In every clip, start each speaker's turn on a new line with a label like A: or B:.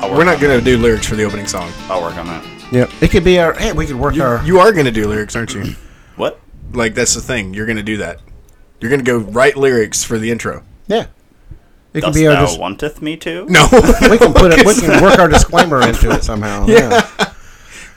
A: I'll work
B: We're not
A: on
B: gonna do lyrics for the opening song.
A: that. I'll work on that.
C: Yep. It could be our. Hey, we could work
B: You,
C: our.
B: you are gonna do lyrics, aren't you?
A: What?
B: Like that's the thing. You're gonna do that. You're gonna go write lyrics for the intro.
C: yeah. It could
A: Dost
C: be our.
A: thou
C: Dis-
A: wanteth me to?
B: No,
C: we can put it. We can work our disclaimer into it somehow. Yeah.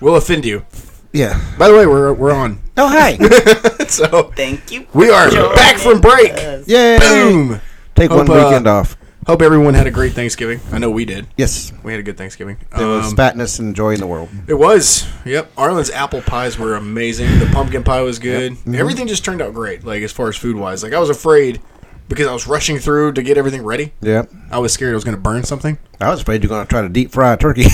B: we'll offend you.
C: Yeah.
B: By the way, we're we're on.
C: Oh hey.
B: So
A: Thank you.
B: we are back from break.
C: Yay.
B: Boom.
C: Take one
B: Hope, uh,
C: weekend off.
B: Hope everyone had a great Thanksgiving. I know we did.
C: Yes.
B: We had a good Thanksgiving.
C: There was
B: Um,
C: fatness and joy in the world.
B: It was. Yep. Arlen's apple pies were amazing. The pumpkin pie was good. Everything just turned out great, like as far as food wise. Like I was afraid because I was rushing through to get everything ready.
C: Yep.
B: I was scared I was gonna burn something.
C: I was afraid you're gonna try to deep fry a turkey.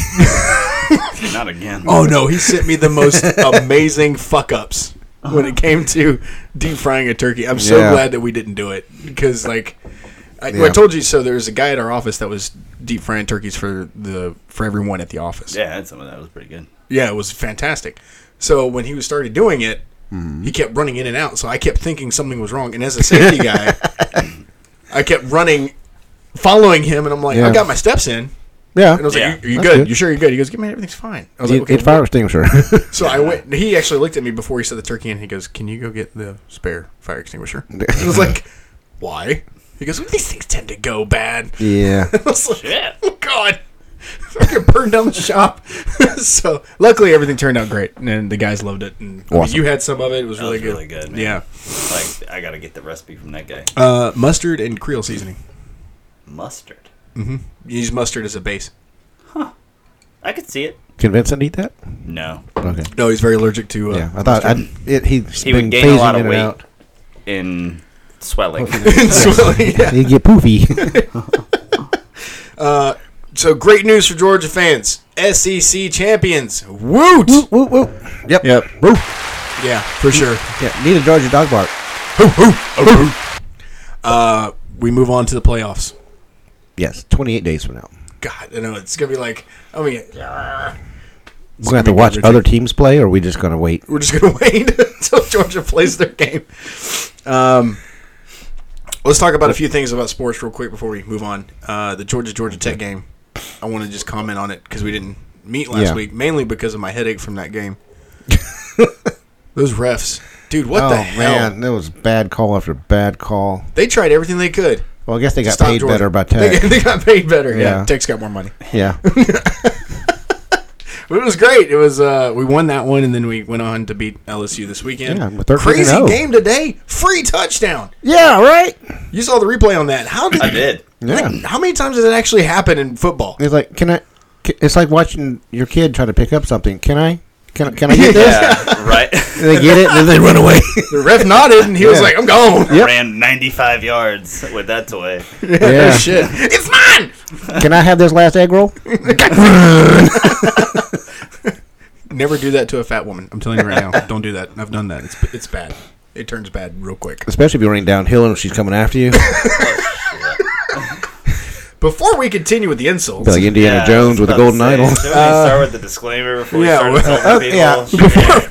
A: Not again.
B: Oh no, he sent me the most amazing fuck ups when it came to deep frying a turkey. I'm so
C: Yeah.
B: glad that we didn't do it because like I, I
C: Yeah.
B: told you so there was a guy at our office that was deep frying turkeys for the for everyone at the office.
A: Yeah, I had some of that. It was pretty good.
B: Yeah, it was fantastic. So when he was started doing it,
C: Mm-hmm.
B: he kept running in and out. So I kept thinking something was wrong. And as a safety guy, I kept running, following him, and I'm like, I
C: Yeah.
B: got my steps in.
C: yeah.
B: And I was
A: Yeah,
B: like, "You, you
C: that's
B: good?
C: good.
B: You sure you're good?" He goes, "Give me everything's fine." I was
C: Eat-
B: like, "Okay."
C: eat fire
B: well-"
C: extinguisher.
B: So I went. and He actually looked at me before he said the turkey, and he goes, "Can you go get the spare fire extinguisher?" And I was like, "Why?" He goes, well, "These things tend to go bad."
C: yeah.
B: I was like,
A: Shit.
B: Oh God. Fucking burned down the shop. so luckily everything turned out great and the guys loved it. And I mean,
C: Awesome.
B: you had some of it. It was
A: That
B: really
A: was
B: good.
A: really good, man.
B: Yeah.
A: Like, I gotta get the recipe from that guy.
B: Uh, mustard and Creole seasoning.
A: Mustard.
B: You use mustard as a base.
A: I could see it.
C: Can Vincent eat that?
A: No.
C: Okay.
B: No, he's very allergic to. Uh,
C: Yeah. I thought I'd, it, he's
A: He
C: been
A: would gain a
C: phasing
A: lot of
C: in and
A: weight
C: out.
A: in swelling.
B: mustard. yeah.
C: He'd get poofy.
B: So great news for Georgia fans. SEC champions. Woot!
C: woo, woo. Yep.
B: Yep.
C: Woo.
B: Yeah, for sure.
C: Yeah. Need a Georgia dog bark.
B: Uh, we move on to the playoffs.
C: Yes. 28 days from now.
B: God, I know it's gonna be like. I mean,
C: We're gonna have to watch
B: Richard.
C: other teams play, or are we just gonna wait?
B: we're just gonna wait until Georgia plays their game. Um, let's talk about a few things about sports real quick before we move on. Uh, the Georgia Georgia Tech game. I want to just comment on it because we didn't meet last
C: Yeah.
B: week, mainly because of my headache from that game. Those refs, dude, what
C: oh
B: the hell?
C: man, that was bad call after bad call.
B: They tried everything they could.
C: Well, I guess they got
B: Stop
C: paid
B: Georgia.
C: better by
B: They,
C: Tech.
B: they got paid better. Yeah.
C: Yeah.
B: Tech's got more money.
C: yeah.
B: But it was great. It was uh, we won that one, and then we went on to beat LSU this weekend.
C: Yeah, with 13 and oh.
B: Crazy
C: 0.
B: game today. Free touchdown.
C: yeah. Right.
B: You saw the replay on that. How did
A: I did.
C: Yeah.
B: Like, how many times does it actually happen in football?
C: It's like, can I? ca- It's like watching your kid try to pick up something. Can I? Can I? Can I get this?
A: Yeah, right.
C: And they get it, and then they run away.
B: The ref nodded and he was
C: Yeah.
B: like, "I'm gone."
C: Yep.
A: Ran 95 yards with that toy.
C: yeah.
B: Shit, it's mine.
C: Can I have this last egg roll?
B: Never do that to a fat woman. I'm telling you right now, don't do that. I've done that. It's it's bad. It turns bad real quick.
C: Especially if you're running downhill and she's coming after you,
B: Before we continue with the insults,
C: like Indiana
A: Yeah,
C: Jones
A: I was
C: with a
A: about to
C: golden
A: say,
C: idol.
A: Shouldn't we start with the disclaimer before
B: yeah,
A: we start
B: well,
A: insulting
C: yeah.
A: people?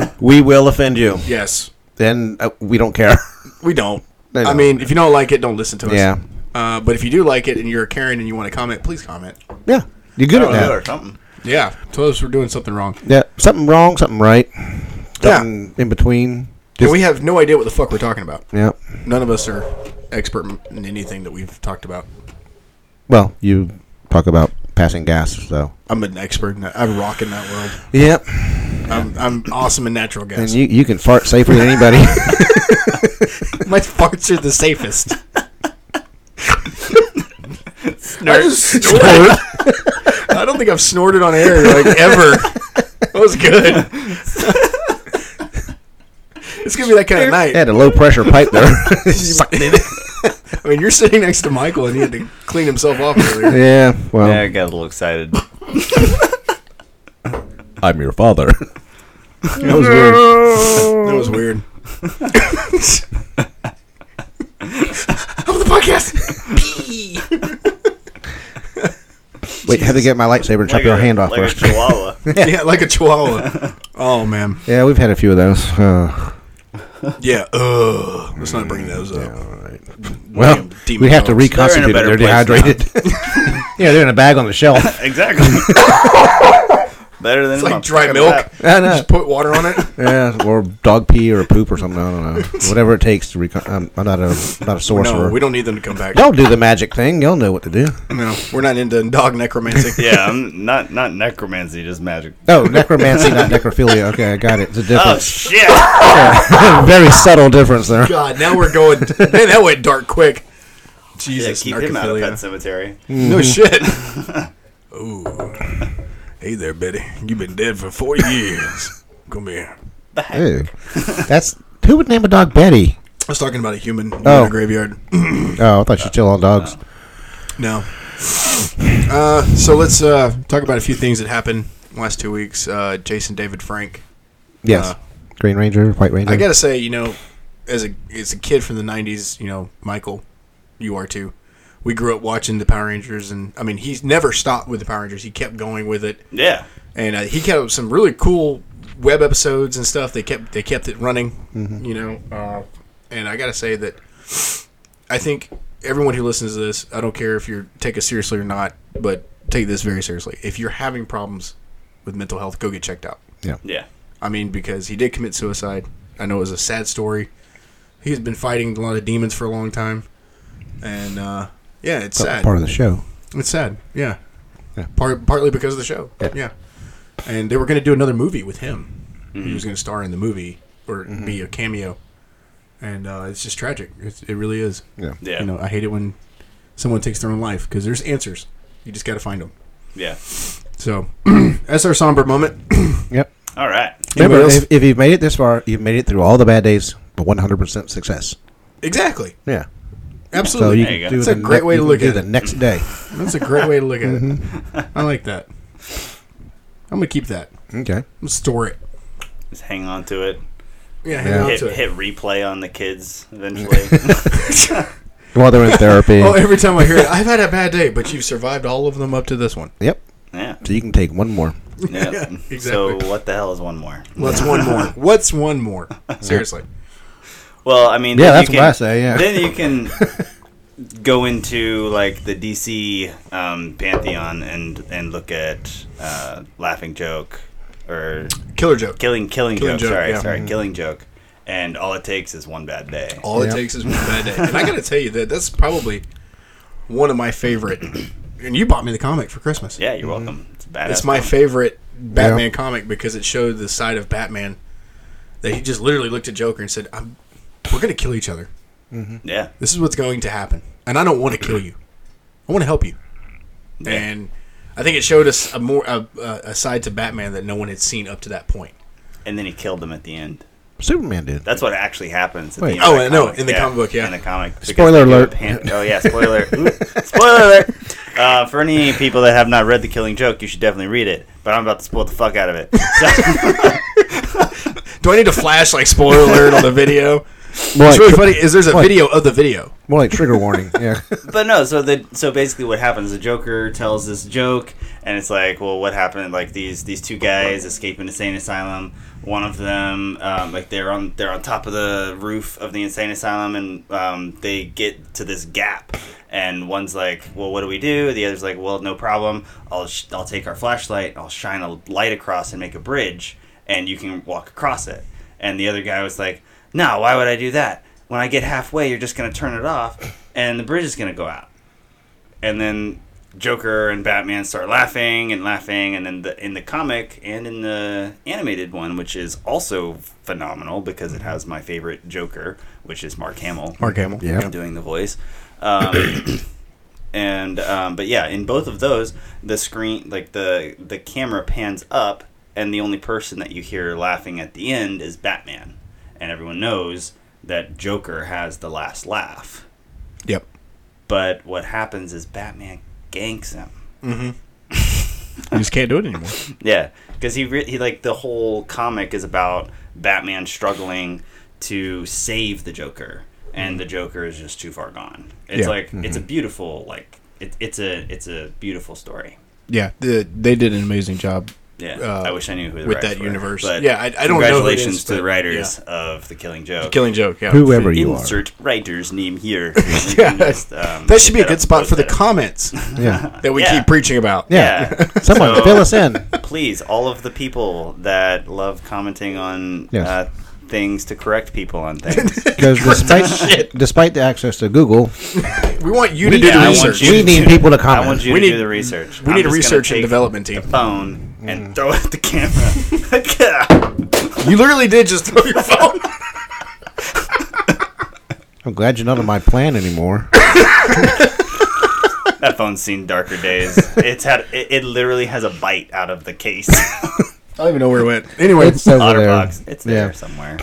A: Shit.
C: We will offend you.
B: yes,
C: Then uh, we don't care.
B: we don't.
C: They
B: I
C: don't.
B: mean, if you don't like it, don't listen to us.
C: Yeah.
B: Uh, but if you do like it and you're a Karen and you want to comment, please comment.
C: yeah. You're good
A: I
C: at
B: Oh,
A: don't know,
C: that.
A: or something.
B: Yeah, tell us we're doing something wrong.
C: Yeah. Something wrong. Something right.
B: Yeah.
C: Something in between.
B: And we have no idea what the fuck we're talking about.
C: Yeah.
B: None of us are expert in anything that we've talked about.
C: Well, you talk about passing gas, so.
B: I'm an expert. In that. I rock in that world.
C: Yep.
B: I'm, I'm awesome in natural
C: And
B: gas.
C: you, you can fart safer than anybody.
B: My farts are the safest. I,
A: Snort.
B: just snorted. I don't think I've snorted on air like ever. That was good. it's gonna be that kind of
C: They
B: night.
C: had a low pressure pipe there.
B: I mean, you're sitting next to Michael, and he had to clean himself off earlier.
C: yeah.
B: Oh.
C: Well,
A: Yeah, I got a little excited.
C: I'm your father. that was weird.
B: That was weird. I'm the podcast.
C: Wait, have to get my lightsaber and chop
A: Like
C: your
A: a-
C: hand off
A: like a
C: first.
A: chihuahua.
B: yeah, like a chihuahua. Oh man.
C: Yeah, we've had a few of those. Uh,
B: Yeah. Ugh. Let's not bring those up.
C: well,
B: Damn demon
C: we have to
B: dogs.
A: They're in a
C: reconstitute it.
A: better
C: They're
A: place now.
C: dehydrated. Yeah, they're in a bag on the shelf.
A: Exactly. Better than
B: It's
A: my
B: like dry
A: fucking
B: milk.
A: lap.
C: I know.
B: Just put water on it.
C: Yeah, or dog pee or poop or something. I don't know. Whatever it takes to. Rec- I'm, I'm not a not a sorcerer.
B: No, we don't need them to come back.
C: Y'all do the magic thing. Y'all know what to do.
B: No, we're not into dog necromancy.
A: Yeah, I'm not not necromancy, just magic.
C: Oh, necromancy, not necrophilia. Okay, I got it. It's a
A: Oh
C: difference.
A: shit!
B: Oh.
C: Very subtle difference there.
B: God, now we're going. Man, that went dark quick.
A: Yeah,
B: Jesus,
A: keep him out of
B: narcophilia.
A: Pet Cemetery.
B: No shit. Ooh. Hey there, Betty. You've been dead for four years. Come here.
C: Ew. That's who would name a dog Betty?
B: I was talking about a human
C: Oh.
B: in a graveyard.
C: Oh, I thought you still all
B: Uh,
C: dogs.
B: No. Uh, so let's uh, talk about a few things that happened in the last two weeks. Uh, Jason David Frank.
C: Yes,
B: Uh,
C: Green Ranger, White Ranger.
B: I gotta say, you know, as a as a kid from the '90s, you know, Michael, you are too. We grew up watching the Power Rangers, and I mean, he's never stopped with the Power Rangers. He kept going with it,
A: Yeah,
B: and uh, he kept some really cool web episodes and stuff. They kept they kept it running, you know. Uh, and I gotta say that I think everyone who listens to this, I don't care if you take us seriously or not, but take this very seriously. If you're having problems with mental health, go get checked out.
A: yeah.
B: I mean, because he did commit suicide. I know it was a sad story. He's been fighting a lot of demons for a long time, and uh, yeah, it's
C: Part-
B: sad.
C: part of the show.
B: It's sad. Yeah.
C: Yeah.
B: Part, partly because of the show.
C: Yeah.
B: Yeah. And they were going to do another movie with him. He was going to star in the movie or
C: Mm-hmm.
B: be a cameo. And uh, it's just tragic. It's, it really is.
C: Yeah.
A: Yeah.
B: You know, I hate it when someone takes their own life because there's answers. You just got to find them.
A: Yeah.
B: So that's our somber moment.
C: Yep.
A: All right.
C: Remember,
B: Anybody else?
C: if, if you've made it this far, you've made it through all the bad days, but 100% success.
B: exactly.
C: Yeah. So
B: Absolutely.
C: you
A: There you
C: can
A: go.
C: do
A: That's
B: a
C: the
B: great way
C: you
B: to
C: can
B: look
C: do
B: at
C: the
B: it.
C: next day.
B: that's a great way to look at it.
C: Mm-hmm.
B: I like that. I'm going to keep that. I'm
C: Okay.
B: going to store it.
A: Just hang on to it.
B: Yeah, hang
C: Yeah.
B: on
A: Hit,
B: to it.
A: hit replay on the kids eventually.
C: While they're in therapy.
B: Oh, every time I hear it, I've had a bad day, but you've survived all of them up to this one.
C: yep.
A: yeah.
C: So you can take one more.
A: Yeah.
B: exactly.
A: So what the hell is one more?
B: What's one more? What's one more? Seriously.
A: Well, I mean,
C: Yeah,
A: then
C: that's
A: you
C: what I
A: can-
C: say, yeah.
A: then you can go into like the DC um, pantheon and and look at uh, Laughing Joke or
B: Killer joke.
A: Killing Killing,
B: Killing
A: joke,
B: Joke,
A: Sorry,
B: yeah.
A: sorry, Killing Joke. And all it takes is one bad day.
B: All
C: Yeah.
B: it takes is one bad day. And I got to tell you that that's probably one of my favorite. And you bought me the comic for Christmas.
A: Yeah, you're welcome. It's a badass.
B: It's my
A: comic.
B: favorite Batman comic because it showed the side of Batman that he just literally looked at Joker and said, I'm, We're going to kill each other.
A: Yeah.
B: This is what's going to happen. And I don't want to kill you, I want to help you.
A: Yeah.
B: And I think it showed us a more a, a a side to Batman that no one had seen up to that point.
A: and then he killed them at the end.
C: Superman did.
A: That's what actually happens. At
C: Wait.
A: the end of
B: Oh,
A: the
B: I know,
A: comic.
B: in the comic book, yeah.
A: in the comic. because they
C: Spoiler
A: do
C: alert.
A: a pan- oh yeah, spoiler. Oop, spoiler alert. Uh, for any people that have not read The Killing Joke, you should definitely read it. But I'm about to spoil the fuck out of it. So,
B: Do I need to flash like spoiler alert on the video?
C: More
B: What's
C: like,
B: really
C: tri-
B: funny is there's a
C: What?
B: video of the video.
C: more like trigger warning. Yeah.
A: but no, so the so basically what happens? The Joker tells this joke, and it's like, well, what happened? Like these these two guys escape an insane asylum. One of them, um, like they're on they're on top of the roof of the insane asylum, and um, they get to this gap. And one's like, "Well, what do we do?" The other's like, "Well, no problem. I'll sh- I'll take our flashlight. I'll shine a light across and make a bridge, and you can walk across it." And the other guy was like, "No, why would I do that? When I get halfway, you're just gonna turn it off, and the bridge is gonna go out." And then Joker and Batman start laughing and laughing, and then the, in the comic and in the animated one, which is also phenomenal because it has my favorite Joker, which is Mark Hamill
B: Mark Hamill.
C: Yeah.
A: doing the voice. Um, and um, but yeah, in both of those, the screen like the the camera pans up, and the only person that you hear laughing at the end is Batman, and everyone knows that Joker has the last laugh.
B: Yep.
A: But what happens is Batman ganks him.
B: You just can't do it anymore.
A: Yeah, because he re- he like the whole comic is about Batman struggling to save the Joker, and the Joker is just too far gone. It's
B: Yeah. Mm-hmm.
A: like it's a beautiful like it, it's a it's a beautiful story.
B: Yeah. The, they did an amazing job
A: Yeah,
B: uh,
A: I wish I knew who the
B: with
A: writers
B: that
A: were,
B: universe.
A: but
B: Yeah, I- I don't know who it
A: Congratulations
B: is,
A: to the
B: but-
A: writers of the Killing Joke.
B: Killing Joke. Yeah.
C: Whoever you are.
A: Insert writer's name here.
B: Yeah.
A: um,
B: that should be a good spot for the
A: comment
B: comments
C: Yeah.
B: that we
A: Yeah.
B: keep preaching about.
C: Yeah.
A: Yeah.
C: Someone
A: So-
C: fill us in.
A: please, all of the people that love commenting on
C: Yes.
A: uh, things to correct people on things.
C: Because despite, despite the access to Google,
B: We want you to
C: we,
B: do
A: Yeah, I
B: the
A: want
B: research.
A: you
C: we
A: to
C: need
A: do-
C: people to
A: I want
C: comment.
A: you
B: We
A: to
B: need-
A: do the research.
B: we
A: I'm
B: need a
A: just gonna
B: research and
A: take
B: development Mm. team.
A: The phone and throw it at the camera.
B: You literally did just throw your phone.
C: I'm glad you're not on my plan anymore.
A: that phone's seen darker days. It's had it, it literally has a bite out of the case.
B: I don't even know where it went. Anyway,
C: It's over there.
A: Otterbox. It's there
C: Yeah.
A: somewhere.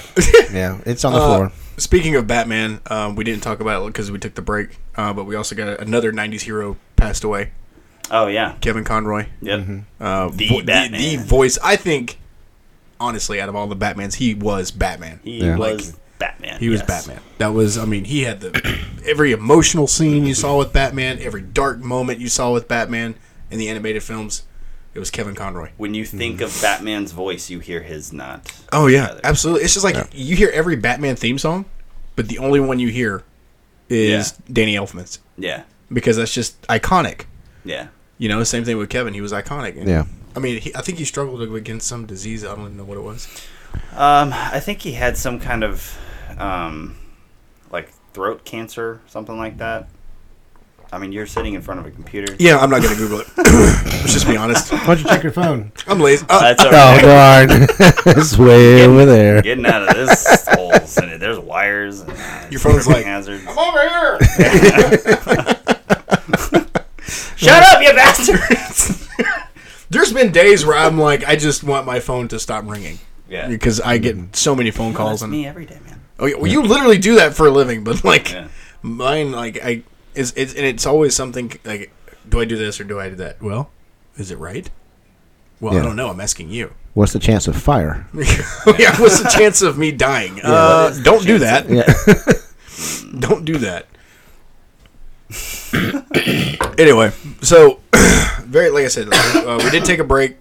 C: Yeah, it's on the
B: uh,
C: floor.
B: speaking of Batman, um, we didn't talk about it because we took the break, uh, but we also got another '90s hero passed away,
A: Oh yeah.
B: Kevin Conroy.
A: Yep.
B: Uh,
A: The
B: vo-
A: Batman.
B: the voice. I think, honestly, out of all the Batmans, he was Batman.
A: He
C: Yeah.
A: was Batman.
B: He was
A: yes.
B: Batman. That was, I mean, he had the every emotional scene you saw with Batman, every dark moment you saw with Batman in the animated films. It was Kevin Conroy.
A: When you think of Batman's voice, you hear his not.
B: Mm-hmm. Oh yeah, absolutely. It's just like you hear every Batman theme song, but the only one you hear is Danny Elfman's
A: Yeah.
B: because that's just iconic.
A: Yeah.
B: You know, same thing with Kevin. He was iconic. And,
C: Yeah.
B: I mean, he, I think he struggled against some disease. I don't even know what it was.
A: Um, I think he had some kind of, um, like throat cancer, something like that. I mean, you're sitting in front of a computer.
B: Yeah, I'm not gonna Google it. Let's just be honest.
C: Why don't you check your phone?
B: I'm lazy. Uh,
A: That's all
C: Oh,
A: right.
C: darn. it's way over there.
A: Getting out of this hole, Cindy. There's wires. And, uh,
B: Your phone's
A: tripping
B: like-
A: hazards.
B: over here.
A: Shut up, you bastards!
B: There's been days where I'm like, I just want my phone to stop ringing
A: yeah,
B: because I get so many phone
A: Well,
B: calls
A: that's
B: and
A: me every day, man.
B: Oh, yeah, well, you literally do that for a living, but like
A: Yeah.
B: mine, like I is it's and it's always something like, do I do this or do I do that? Well, is it right? Well, I
C: Yeah.
B: don't know. I'm asking you.
C: What's the chance of fire?
B: yeah, what's the chance of me dying? uh, don't do that.
C: Yeah.
B: Don't do that. anyway, so very like I said, uh, we did take a break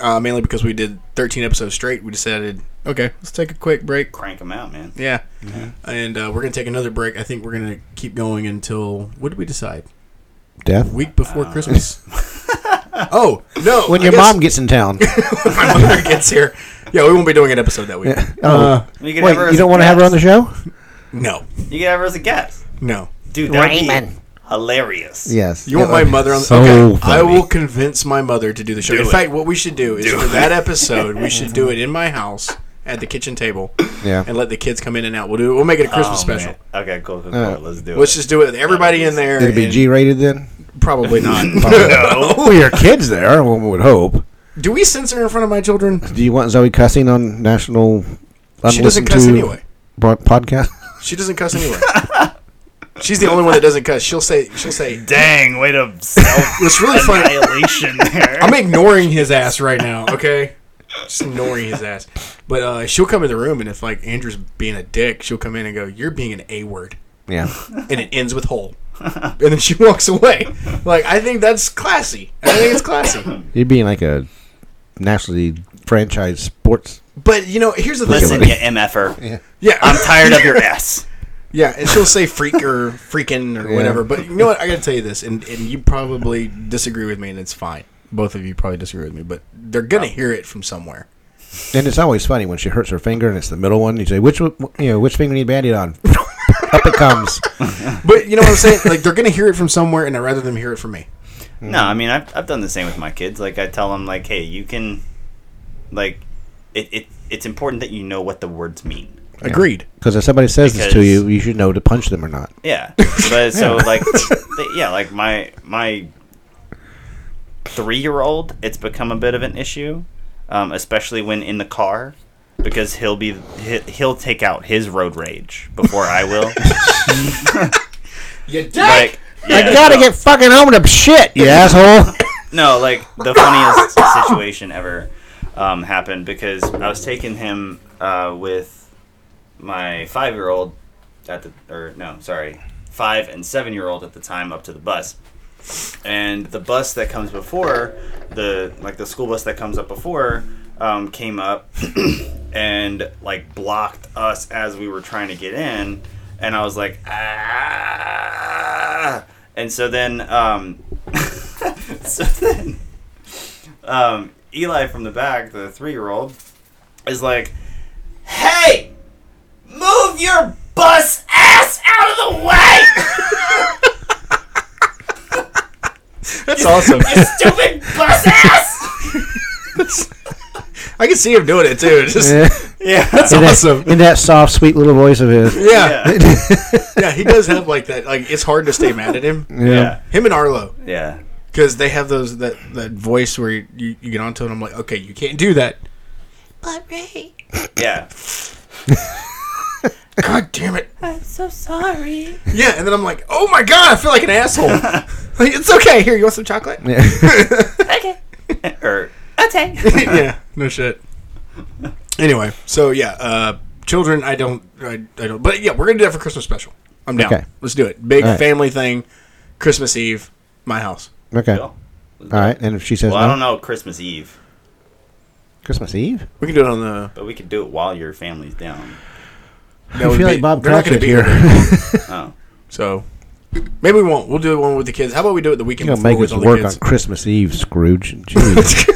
B: uh, mainly because we did 13 episodes straight. We decided, okay, let's take a quick break.
A: Crank them out, man.
B: Yeah.
C: Mm-hmm.
B: And uh, we're going to take another break. I think we're going to keep going until. What did we decide?
C: Death?
B: Week before Christmas. oh, no.
C: Uh. when
B: I
C: your
B: guess
C: mom gets in town.
B: when my mother gets here. Yeah, we won't be doing an episode that week.
C: Oh,
A: You could
C: wait,
A: have her
C: you
A: as
C: don't
A: a
C: want to have her on the
A: guest.
C: show?
B: No.
A: You can have her as a guest,
B: No.
A: dude. That
C: Raymond.
A: Raymond. Hilarious.
C: Yes.
B: You want my mother on the
C: so
B: okay, I
C: funny.
B: will convince my mother to do the show. in
A: it.
B: fact, what we should do is for that episode, we should do it in my house at the kitchen table
C: Yeah.
B: and let the kids come in and out. We'll do we'll make it a Christmas
A: Oh, man.
B: special.
A: Okay, cool, cool, cool.
C: Uh,
A: Let's do
B: Let's
A: it.
B: just do it with everybody in there.
C: It'll be
B: and-
C: G rated then?
B: Probably not.
C: Oh, well, your kids there, one would hope.
B: Do we censor in front of my children?
C: Do you want Zoe cussing on national
B: She doesn't
C: unlistened
B: cuss
C: to
B: anyway.
C: bro- podcast?
B: She doesn't cuss anyway. She's the only one that doesn't cuss. She'll say she'll say
A: Dang, way to self
B: It's really funny.
A: annihilation there.
B: I'm ignoring his ass right now, okay? Just ignoring his ass. But uh, she'll come in the room and if like Andrew's being a dick, she'll come in and go, You're being an A word
C: yeah.
B: and it ends with hole. And then she walks away. Like I think that's classy. I think it's classy.
C: You're being like a nationally franchised sports.
B: But you know, here's the
A: Listen,
B: thing.
A: you mf'er.
B: Yeah,
A: I'm tired of your ass.
B: Yeah, and she'll say freak or freaking or
C: Yeah.
B: whatever. But you know what? I got to tell you this, and, and you probably disagree with me, and it's fine. Both of you probably disagree with me, but they're going to hear it from somewhere.
C: And it's always funny when she hurts her finger and it's the middle one. You say, which one- you know, which finger need bandit on? Up it comes.
B: But you know what I'm saying? Like, they're going to hear it from somewhere, and I'd rather them hear it from me.
A: No, I mean I've I've done the same with my kids. Like I tell them like, hey, you can, like, it, it it's important that you know what the words mean.
B: Agreed.
C: Because if somebody says this to
A: Because-
C: you, you should know to punch them or not.
A: Yeah, but so like, th- yeah, like my my three year old, it's become a bit of an issue, um, especially when in the car, because he'll be he- he'll take out his road rage before I will.
B: You dick!
A: like, yeah,
C: I gotta
A: so-
C: get fucking home to shit, you asshole.
A: No, like the funniest situation ever um, happened because I was taking him uh, with my five year old at the or no, sorry, five and seven year old at the time up to the bus, and the bus that comes before the like the school bus that comes up before um, came up and like blocked us as we were trying to get in and i was like ah and so then um so then um eli from the back the three-year-old is like hey move your bus ass out of the way
B: That's awesome.
A: you stupid bus ass
B: I can see him doing it too. Just, yeah.
C: Yeah.
A: yeah
B: That's
C: in,
B: awesome.
C: that, in that soft, sweet little voice of his.
B: Yeah. he does have like that. Like it's hard to stay mad at him.
A: yeah
B: Him and Arlo,
A: yeah
B: because they have those that that voice where you, you, you get onto it. I'm like, okay, you can't do that.
D: But Ray,
A: yeah
B: God damn it.
D: I'm so sorry.
B: Yeah, and then I'm like, oh my god, I feel like an asshole. like, it's okay. Here, you want some chocolate?
C: Yeah.
D: Okay,
A: or
D: okay.
B: yeah, no shit. Anyway, so yeah, uh, children, I don't, I, I don't, but yeah, we're gonna do that for Christmas special. I'm down.
C: Okay.
B: Let's do it. Big
C: All right.
B: family thing, Christmas Eve, my house.
C: okay.
A: All
C: All right. And if she says
A: Well, I
C: no,
A: don't know Christmas Eve,
C: Christmas Eve?
B: We can do it on the.
A: but we could do it while your family's down.
B: that would
C: feel
B: be-
C: like Bob
B: they're not gonna
C: Cratchit
B: be
C: here.
A: Oh,
B: So maybe we won't. We'll do one with the kids. How about we do it the weekend
C: You're going
B: before
C: to make
B: with
C: us
B: all the
C: work on
B: kids?
C: Christmas Eve, Scrooge. Jeez.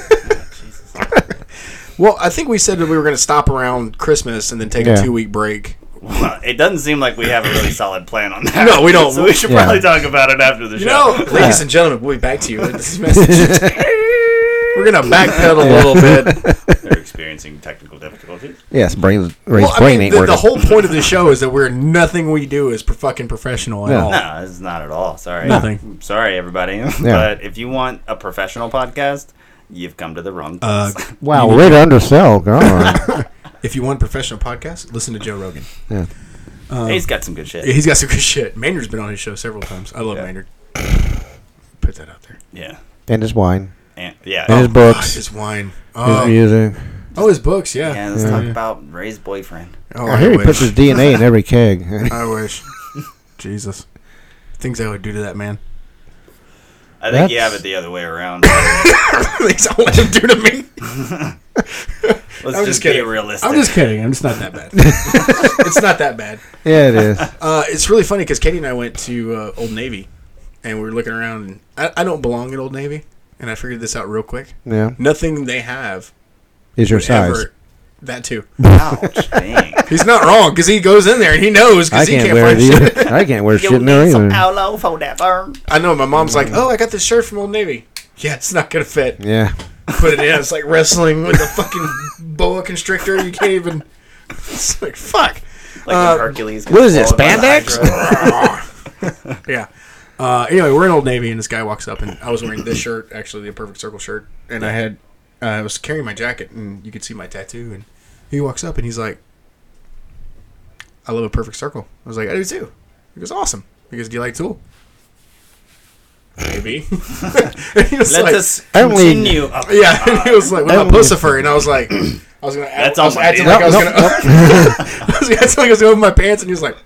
B: Well, I think we said that we were gonna stop around Christmas and then take
C: Yeah.
B: a two week break.
A: well, it doesn't seem like we have a really solid plan on that.
B: No, we don't.
A: So we should
C: Yeah.
A: probably talk about it after the
B: You
A: show.
B: know, ladies and gentlemen, we'll be back to you. with this message. We're gonna backpedal a little bit.
A: They're experiencing technical difficulties.
C: yes, brain, brain,
B: Well, I
C: brain
B: mean,
C: ain't
B: the,
C: working.
B: the whole point of the show is that we're nothing we do is pro- fucking professional at
C: No.
B: all.
A: No, it's not at all. Sorry,
B: Nothing.
A: I'm sorry, everybody. But if you want a professional podcast, you've come to the wrong
B: Uh,
A: place.
C: wow, way to undersell. God.
B: If you want professional podcasts, listen to Joe Rogan. uh,
A: He's got some good
B: Yeah,
A: shit.
B: he's got some good shit. Maynard's been on his show several times. I love
A: Yeah.
B: Maynard. Put that out there.
A: Yeah,
C: and his wine.
A: and, yeah.
C: And his
B: Oh, God,
C: books.
B: his wine.
C: his
B: Oh,
C: music.
B: oh, his books. Yeah.
A: yeah, let's talk about Ray's boyfriend.
B: Oh,
C: I hear he
B: wish.
C: puts his DNA in every keg.
B: I wish. Jesus, things I would do to that man.
A: I think you
C: That's-
A: have it the other way around.
B: things I would let him do to me.
A: Let's
B: I'm
A: just
B: just
A: get
B: kidding.
A: realistic.
B: I'm just kidding. I'm just not that bad. it's not that bad.
C: yeah, it is.
B: Uh, it's really funny because Katie and I went to uh, Old Navy, and we were looking around. And I, I don't belong at Old Navy, and I figured this out real quick.
C: Yeah.
B: Nothing they have
C: Is your size.
B: ever. That too.
A: Ouch, dang.
B: He's not wrong because he goes in there and he knows
C: I
B: because he
C: can't,
B: can't,
C: wear
B: find
C: it
B: shit.
C: either. I can't wear shit in there either.
A: Paolo for that burn.
B: I know. My mom's like,
C: Mm.
B: "Oh, I got this shirt from Old Navy." Yeah, it's not gonna fit.
C: Yeah.
B: Put it in. It's like wrestling with a fucking boa constrictor. You can't even. It's like fuck.
A: Like
B: Uh,
A: the Hercules.
C: what is it,
A: swallowed by the
C: spandex?
A: Hydra.
B: yeah. Uh, anyway, we're in Old Navy, and this guy walks up, and I was wearing this shirt, actually the perfect circle shirt, and I had uh, I was carrying my jacket, and you could see my tattoo, and he walks up, and he's like, "I love a perfect circle." I was like, "I do too." He goes, "Awesome." He goes, "Do you like Tool?" Maybe. and he was
A: Let
B: like,
A: us
C: I don't really-
A: continue. up.
B: "Yeah." And he was like, "What about
C: Oh.
B: Lucifer?" And I was like, "I was gonna."
A: That's
B: I was
A: all my
B: acting
A: deal.
B: like I was
C: Nope,
B: gonna. I was acting like I was gonna open my pants, and he was like.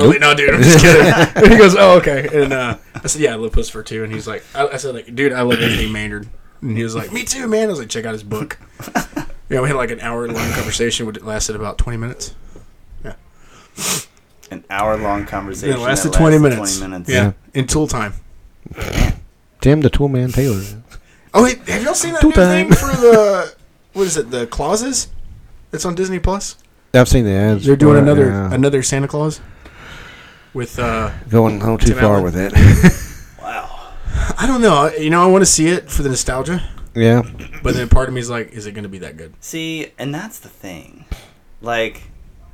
B: Oh, wait, no, dude, I'm just kidding. and he goes, oh, okay. And uh, I said, yeah, I love Puss for two. And he's like, I, I said, like, dude, I love anything Maynard. And he was like, me too, man. I was like, check out his book. yeah, we had like an hour long conversation, which lasted about 20 minutes.
A: An hour long conversation.
B: Yeah, it
A: that
B: lasted 20 minutes.
A: 20 minutes.
B: Yeah. in Tool time.
C: Tim the Tool Man Taylor.
B: Oh, wait, have y'all seen that
C: Tool
B: new thing
C: time.
B: for the, what is it, the Clauses? That's on Disney Plus.
C: I've seen the ads.
B: They're doing
C: for it,
B: another
C: yeah.
B: another Santa Claus with, uh,
C: going a little too
B: Tim
C: far
B: Allen.
C: with it.
A: Wow.
B: I don't know. You know, I want to see it for the nostalgia,
C: yeah.
B: but then part of me is like, is it going to be that good?
A: See, and that's the thing. Like,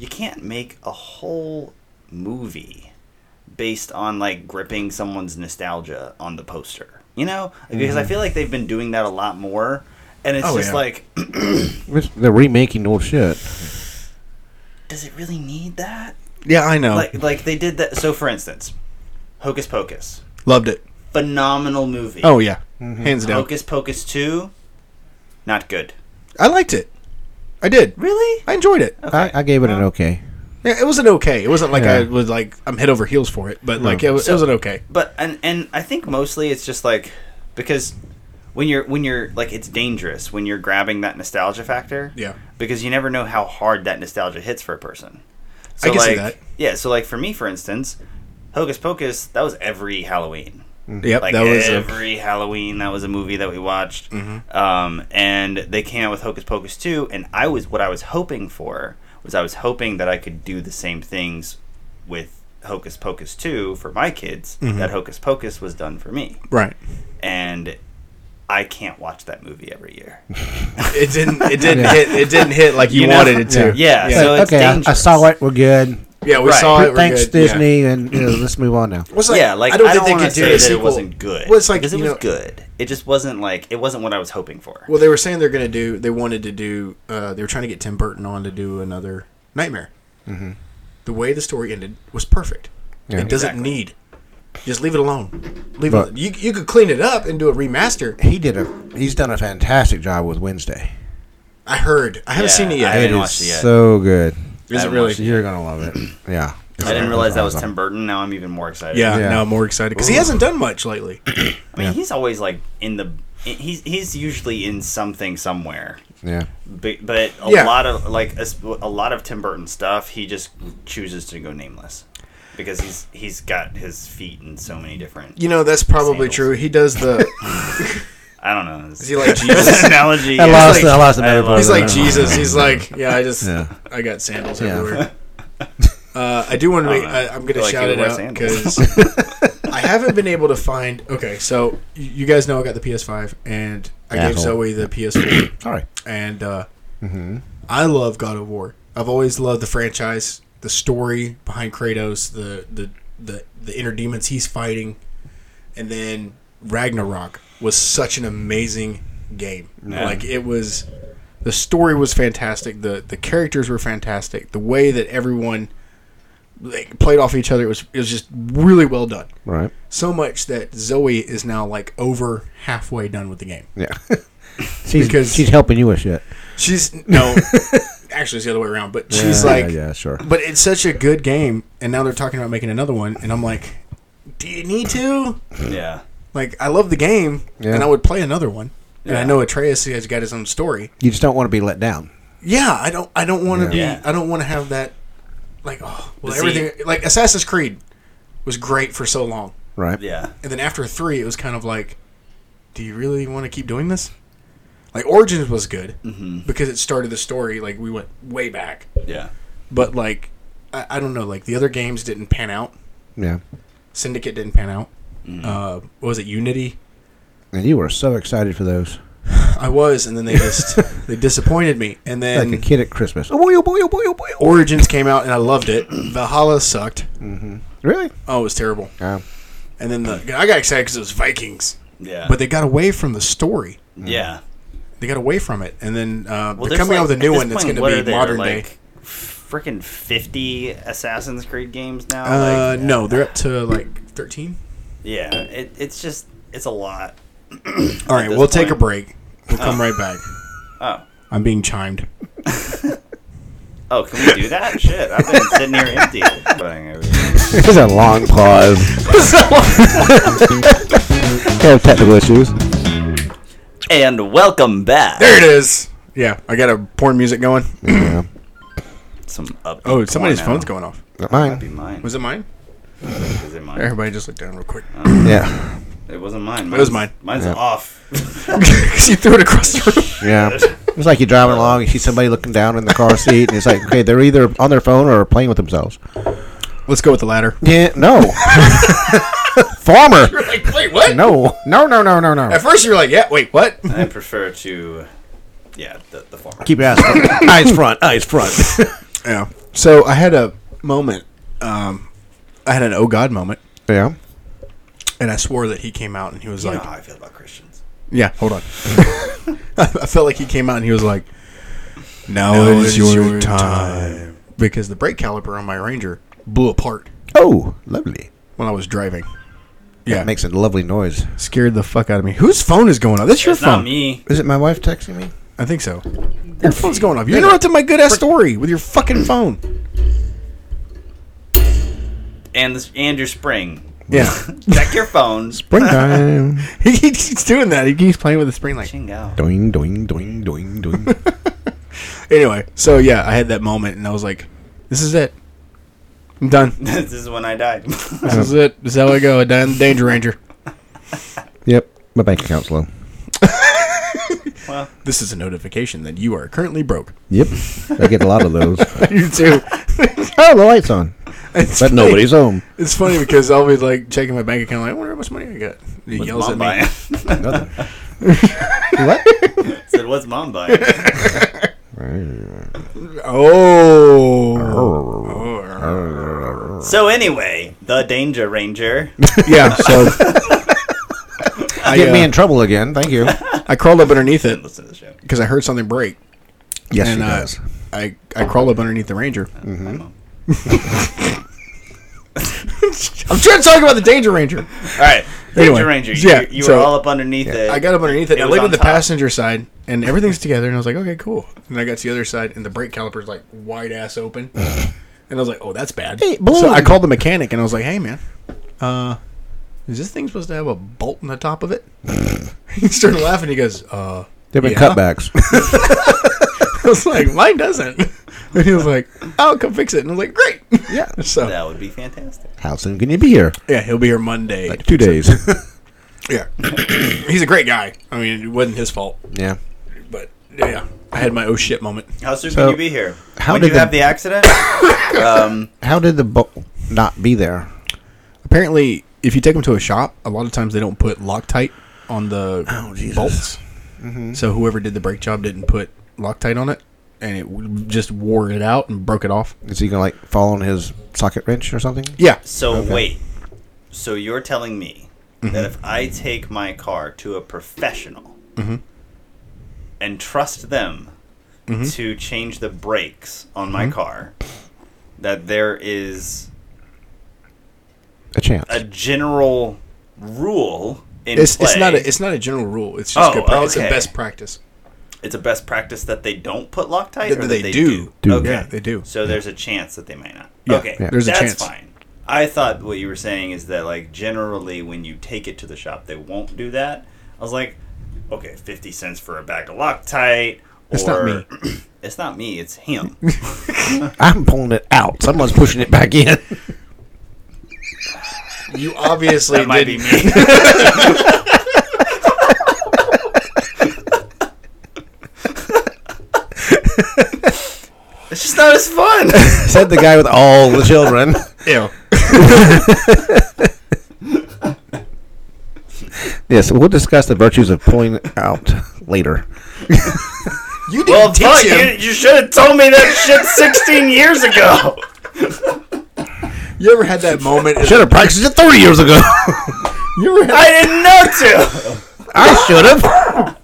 A: you can't make a whole movie based on, like, gripping someone's nostalgia on the poster. You know? Because I feel like they've been doing that a lot more. And it's
B: Mm-hmm. Oh,
A: just
B: yeah.
A: like,
C: It's- They're remaking old shit.
A: does it really need that?
B: Yeah, I know.
A: Like, like they did that. So, for instance, Hocus Pocus.
B: Loved it.
A: Phenomenal movie.
B: Oh yeah,
A: Mm-hmm.
B: hands down.
A: Hocus Pocus 2, not good.
B: I liked it. I did.
A: Really?
B: I enjoyed it.
A: Okay.
C: I, I gave it an okay.
B: Yeah, it was an okay. It wasn't like
C: Yeah.
B: I was like I'm head over heels for it, but like it was, it was an okay.
A: but and and I think mostly it's just like because when you're when you're like it's dangerous when you're grabbing that nostalgia factor.
B: Yeah.
A: Because you never know how hard that nostalgia hits for a person.
B: I can
A: like,
B: see that.
A: Yeah, so like for me, for instance, Hocus Pocus that was every Halloween.
B: Mm-hmm. Yep,
A: Like
B: that was a- Mm-hmm.
A: every Halloween, that was a movie that we watched. Um, and they came out with Hocus Pocus two, and I was what I was hoping for was I was hoping that I could do the same things with Hocus Pocus two for my kids
B: Mm-hmm.
A: that Hocus Pocus was done for me,
B: right.
A: and I can't watch that movie every year.
B: It didn't. It didn't hit. It didn't hit like you,
A: You know?
B: wanted it to.
A: Yeah,
B: Yeah,
A: so it's
C: okay, I, I
A: dangerous.
C: saw it. We're good.
B: Yeah, we
A: Right.
B: saw it. we're
C: Thanks,
B: good. Yeah.
C: Disney, and you know, let's move on now.
B: Well, it's like,
A: yeah, like
B: I don't think they
A: wanna
B: could do
A: say
B: a
A: that
B: sequel.
A: it wasn't good.
B: Well, it's like
A: because it
B: you
A: was
B: know,
A: good. It just wasn't like it wasn't what I was hoping for.
B: Well, they were saying they're going to do. They wanted to do. Uh, they were trying to get Tim Burton on to do another Nightmare. The way the story ended was perfect.
C: Mm-hmm. Yeah.
B: it doesn't
A: Exactly.
B: need. Just leave it alone. Leave
C: But-
B: it. You you could clean it up and do a remaster.
C: He did a. He's done a fantastic job with Wednesday.
B: I heard. I haven't
A: Yeah,
B: seen it yet.
A: I haven't
C: It
A: watched it
C: is
A: yet.
C: so good.
B: Is it
A: haven't
B: really?
A: watched
C: You're gonna love it. Yeah.
A: I didn't realize that was Tim
C: Timber.
A: Burton. Now I'm even more excited.
B: Yeah,
C: Yeah.
B: Now I'm more excited because he
C: Ooh.
B: hasn't done much lately.
A: I mean,
C: Yeah.
A: he's always like in the. He's he's usually in something somewhere,
C: Yeah.
A: but, but a
B: Yeah.
A: lot of like a, s- a lot of Tim Burton stuff, he just chooses to go nameless because he's he's got his feet in so many different.
B: You know that's probably
A: Sandals.
B: true. He does the.
A: I don't know. Is
B: he like Jesus?
A: analogy?
C: I
A: yeah.
C: lost.
B: like-
C: I lost another part.
B: He's
C: of
B: like
C: that.
B: Jesus. He's like, yeah, I just,
C: Yeah.
B: I got sandals
C: Yeah.
B: everywhere. Uh, I do want to
A: I
B: make.
A: don't know.
B: I, I'm going
A: Feel
B: to
A: like
B: shout
A: you
B: it
A: wear
B: out
A: sandals.
B: because I haven't been able to find. Okay, so y- you guys know I got the PS5, and I gave
C: Asshole.
B: Zoe the PS4,
C: Sorry.
B: and uh, I love God of War. I've always loved the franchise, the story behind Kratos, the the the, the inner demons he's fighting, and then Ragnarok was such an amazing game.
A: Yeah.
B: Like it was, the story was fantastic. the The characters were fantastic. The way that everyone like, played off each other it was it was just really well done.
C: Right.
B: So much that Zoe is now like over halfway done with the game.
C: Yeah. she's
B: Because-
C: she's helping you with shit.
B: She's no, actually it's the other way around. But she's
C: Yeah,
B: like,
C: yeah, sure.
B: But it's such a good game, and now they're talking about making another one, and I'm like, do you need to?
A: yeah.
B: Like, I love the game,
C: Yeah.
B: and I would play another one. And I
A: Yeah.
B: know Atreus has got his own story.
C: You just don't want to be let down.
B: Yeah, I don't, I don't want to
A: Yeah.
B: be, I don't want to have that. Like, oh, well,
A: But see-
B: everything. like Assassin's Creed was great for so long,
C: Right.
A: Yeah.
B: and then after three, it was kind of like, do you really want to keep doing this? Like Origins was good
A: Mm-hmm.
B: because it started the story. Like we went way back,
A: Yeah.
B: but like I, I don't know. Like the other games didn't pan out.
C: Yeah.
B: Syndicate didn't pan out.
A: Mm.
B: Uh, what was it Unity?
C: And you were so excited for those,
B: I was, and then they just they disappointed me. And then
C: like a kid at Christmas. Oh boy! Oh boy! Oh boy! Oh boy! oh boy.
B: Origins came out, and I loved it. Valhalla sucked.
C: Really?
B: Oh, it was terrible.
C: Yeah.
B: And then the, I got excited because it was Vikings,
A: Yeah.
B: but they got away from the story.
A: yeah.
B: They got away from it, and then uh,
A: Well,
B: they're
A: there's,
B: coming
A: like-
B: out with a
A: at
B: new
A: this
B: one that's going
A: point,
B: to
A: what
B: be
A: are there,
B: modern day.
A: like, Freaking fifty Assassin's Creed games now.
B: Uh,
A: like,
B: no, they're up to like thirteen.
A: Yeah, it, it's just it's a lot.
B: All right,
A: this
B: we'll take a
A: point-
B: break. We'll come right back.
A: Oh,
B: I'm being chimed.
A: oh, can we do that? Shit, I've been sitting here empty.
C: There's a long pause. have technical issues.
A: And welcome back.
B: There it is. Yeah, I got a porn music going.
C: Yeah.
A: Some upbeat
B: Oh, somebody's
A: porno.
B: phone's going off.
C: Not
A: Might be
C: mine.
A: mine.
B: Was it mine?
A: Is it mine?
B: Everybody just look down real quick.
C: Yeah.
A: It wasn't mine. Mine's,
B: was mine.
A: Mine's
C: Yeah.
A: off.
B: she threw it across the room.
C: Yeah. It's like you're driving along, you see somebody looking down in the car seat, and it's like, okay, they're either on their phone or playing with themselves.
B: Let's go with the ladder.
C: Yeah, no. Farmer.
B: Like, wait, what?
C: No, no, no, no, no, no.
B: At first you were like, yeah, wait, what?
A: I prefer to, yeah, the, the former.
C: Keep your eyes front. eyes front. Eyes front.
B: Yeah. So I had a moment. Um, I had an oh god moment,
C: yeah.
B: and I swore that he came out and he was
A: You know
B: like,
A: how I feel about Christians.
B: yeah, hold on. I felt like he came out and he was like, now, is, your, time. because the brake caliper on my Ranger blew apart
C: Oh, lovely.
B: when I was driving.
C: Yeah.
B: Yeah,
C: That makes a lovely noise.
B: scared the fuck out of me. Whose phone is going off? That's your
A: It's
B: phone.
A: not me.
C: Is it my wife texting me?
B: I think so. Your phone's going off. You interrupted my good ass story with your fucking phone.
A: and the, and your spring.
B: Yeah.
A: Check your phone.
C: Springtime.
B: he keeps doing that. He keeps playing with the spring like.
A: Chingo.
C: doing, doing, doing, doing, doing.
B: Anyway, so yeah, I had that moment and I was like, this is it. I'm done.
A: this is when I died.
B: This is it. This is how I go. I die in the Danger Ranger.
C: yep. My bank account's low.
A: well,
B: This is a notification that you are currently broke.
C: Yep. I get a lot of those.
B: you too.
C: Oh, the light's on.
B: It's
C: But
B: funny.
C: nobody's home.
B: It's funny because I'll be like checking my bank account, like, I wonder how much money I got. He
A: what's
B: yells at
A: mom
B: me.
A: buying?
C: Nothing. what?
A: said, what's mom buying?
B: Oh. Oh.
A: so anyway, the Danger Ranger.
B: Yeah, so. I,
C: Get
B: uh,
C: me in trouble again. Thank you.
B: I crawled up underneath it
A: Listen to the show.
B: because I heard something break.
C: Yes,
B: and
C: she
B: uh,
C: does.
B: I, I crawled up underneath the Ranger.
A: My mom.
B: I'm trying to talk about the Danger Ranger.
A: All right,
B: Anyway,
A: Danger Ranger.
B: yeah,
A: you, you
B: so-
A: were all up underneath it.
B: I got up underneath it.
A: It
B: I
A: was
B: looked
A: on
B: at the
A: top.
B: passenger side, and everything's together. And I was like, okay, cool. And I got to the other side, and the brake caliper's like wide ass open. and I was like, oh, that's bad.
C: Hey,
B: so
C: balloon.
B: I called the mechanic, and I was like, hey, man, uh, is this thing supposed to have a bolt on the top of it? he started laughing. He goes, uh,
C: They've been
B: yeah.
C: cutbacks.
B: I was like, mine doesn't. And he was like, I'll come fix it. And I was like, great.
C: yeah.
B: so
A: that would be fantastic.
C: How soon can you be here?
B: yeah, he'll be here Monday.
C: Like two days.
B: yeah, he's a great guy. I mean, it wasn't his fault,
C: yeah.
B: but yeah, I had my oh shit moment.
A: How soon
C: So,
A: can you be here?
C: how
A: when
C: did
A: you
C: the-
A: have the accident? um,
C: How did the bolt not be there?
B: apparently if you take them to a shop a lot of times they don't put loctite on the bolts so whoever did the brake job didn't put loctite on it and it w- just wore it out and broke it off
C: Is he gonna like fall on his socket wrench or something?
B: yeah
A: so wait. So you're telling me
B: Mm-hmm.
A: that if I take my car to a professional
B: Mm-hmm.
A: and trust them
B: Mm-hmm.
A: to change the brakes on my car, that there is
C: A chance.
A: a general rule in
B: it's,
A: play.
B: it's not a it's not a general rule it's just
A: Oh,
B: good pra- it's a
A: okay.
B: best practice
A: It's a best practice that they don't put Loctite.
B: That
A: or
B: they
A: that they
B: do.
A: do.
C: Do.
A: Okay.
B: yeah they do
A: So there's a chance that they might not.
B: Yeah,
A: okay,
C: yeah.
B: there's a
A: that's
B: chance.
A: fine. I thought what you were saying is that like generally when you take it to the shop they won't do that. I was like, okay, fifty cents for a bag of Loctite.
B: It's not
A: or, it's not me. It's him.
C: I'm pulling it out. Someone's pushing it back in.
B: you obviously
A: that might be
B: didn't-
A: me. It's just not as fun.
C: Said the guy with all the children.
B: Ew.
C: Yes, we'll discuss the virtues of pulling out later.
B: you didn't
A: well,
B: teach
A: fuck, you,
B: him.
A: you should have told me that shit 16 years ago.
B: You ever had that moment?
C: Should have practiced it 30 years ago.
B: you ever had,
A: I didn't know to.
C: I should have.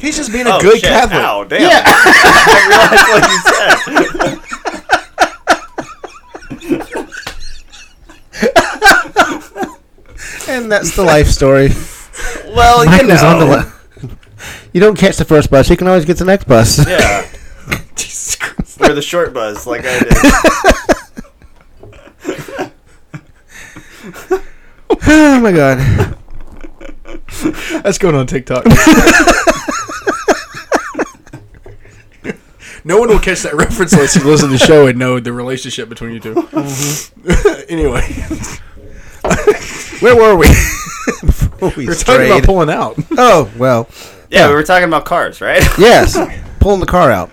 B: he's just being a
A: Oh,
B: good Catholic.
A: Ow, damn. I realized what you said.
C: And that's the life story.
A: Well, you know.
C: Michael's on the li- You don't catch the first bus, you can always get the next bus.
A: yeah.
B: Jesus Christ.
A: Or the short bus, like I did.
C: oh my god.
B: That's going on TikTok. no one will catch that reference unless you listen to the show and know the relationship between you 2 anyway,
C: Where were we? Before we
B: we're talking
C: strayed.
B: about pulling out.
C: oh, well.
A: Yeah, we were talking about cars, right?
C: Yes, pulling the car out.